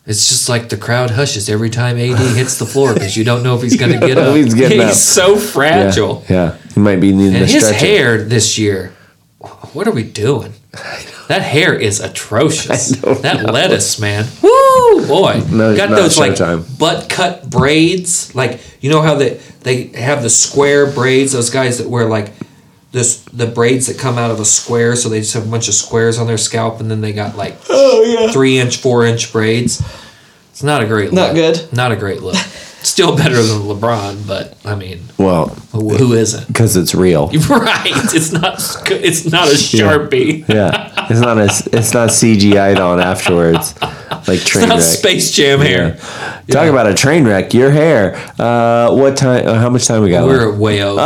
B: It's just like the crowd hushes every time AD hits the floor because you don't know if he's going to get
A: know
B: up.
A: he's getting
B: he's
A: up.
B: so fragile.
A: Yeah. He might be needing
B: And
A: a
B: his
A: stretcher.
B: hair this year, what are we doing? That hair is atrocious.
A: I don't
B: That lettuce, man. Woo, boy.
A: No,
B: Got
A: not
B: those like
A: showtime.
B: butt cut braids. Like you know how they they have the square braids. Those guys that wear like this the braids that come out of a square. So they just have a bunch of squares on their scalp, and then they got like
A: Oh,
B: three inch, four inch braids. It's not a great
C: Not
B: look.
C: good.
B: Not a great look. Still better than LeBron, but I mean,
A: Well,
B: who, who isn't?
A: because it's real.
B: Right. It's not. It's not a sharpie.
A: Yeah. It's not as it's not CGI'd on afterwards. Like train
B: It's not
A: wreck.
B: Space Jam hair.
A: Talk about a train wreck. Your hair. Uh, what time? Uh, how much time we got? left?
B: We're way over.
A: All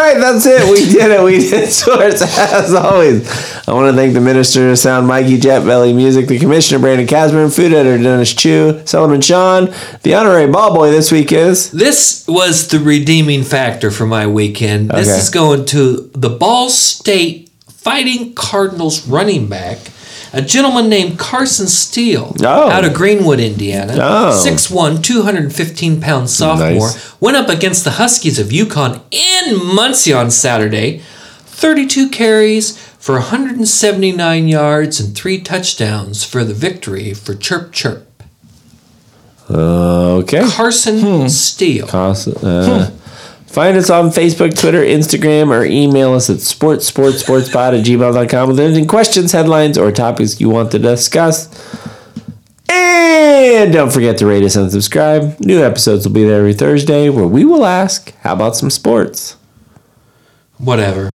A: right, that's it. We did it. We did Swords as always. I want to thank the Minister of Sound, Mikey Jet Belly Music, the Commissioner, Brandon Casburn, Food Editor, Dennis Chu, Solomon Sean. The Honorary Ball Boy this week is.
B: this was the redeeming factor for my weekend. This
A: Okay.
B: is going to the Ball State Fighting Cardinals running back, a gentleman named Carson Steele
A: Oh.
B: out of Greenwood, Indiana.
A: Oh.
B: 6'1, 215 pound sophomore.
A: Nice.
B: Went up against the Huskies of Yukon in Muncie on Saturday. 32 carries for 179 yards and three touchdowns for the victory for Chirp Chirp.
A: Okay.
B: Carson
A: Hmm.
B: Steele.
A: Awesome. Uh, Find us on Facebook, Twitter, Instagram, or email us at sports, sports, sportspod at gmail.com with any questions, headlines, or topics you want to discuss. And don't forget to rate us and subscribe. New episodes will be there every Thursday where we will ask, how about some sports?
B: Whatever.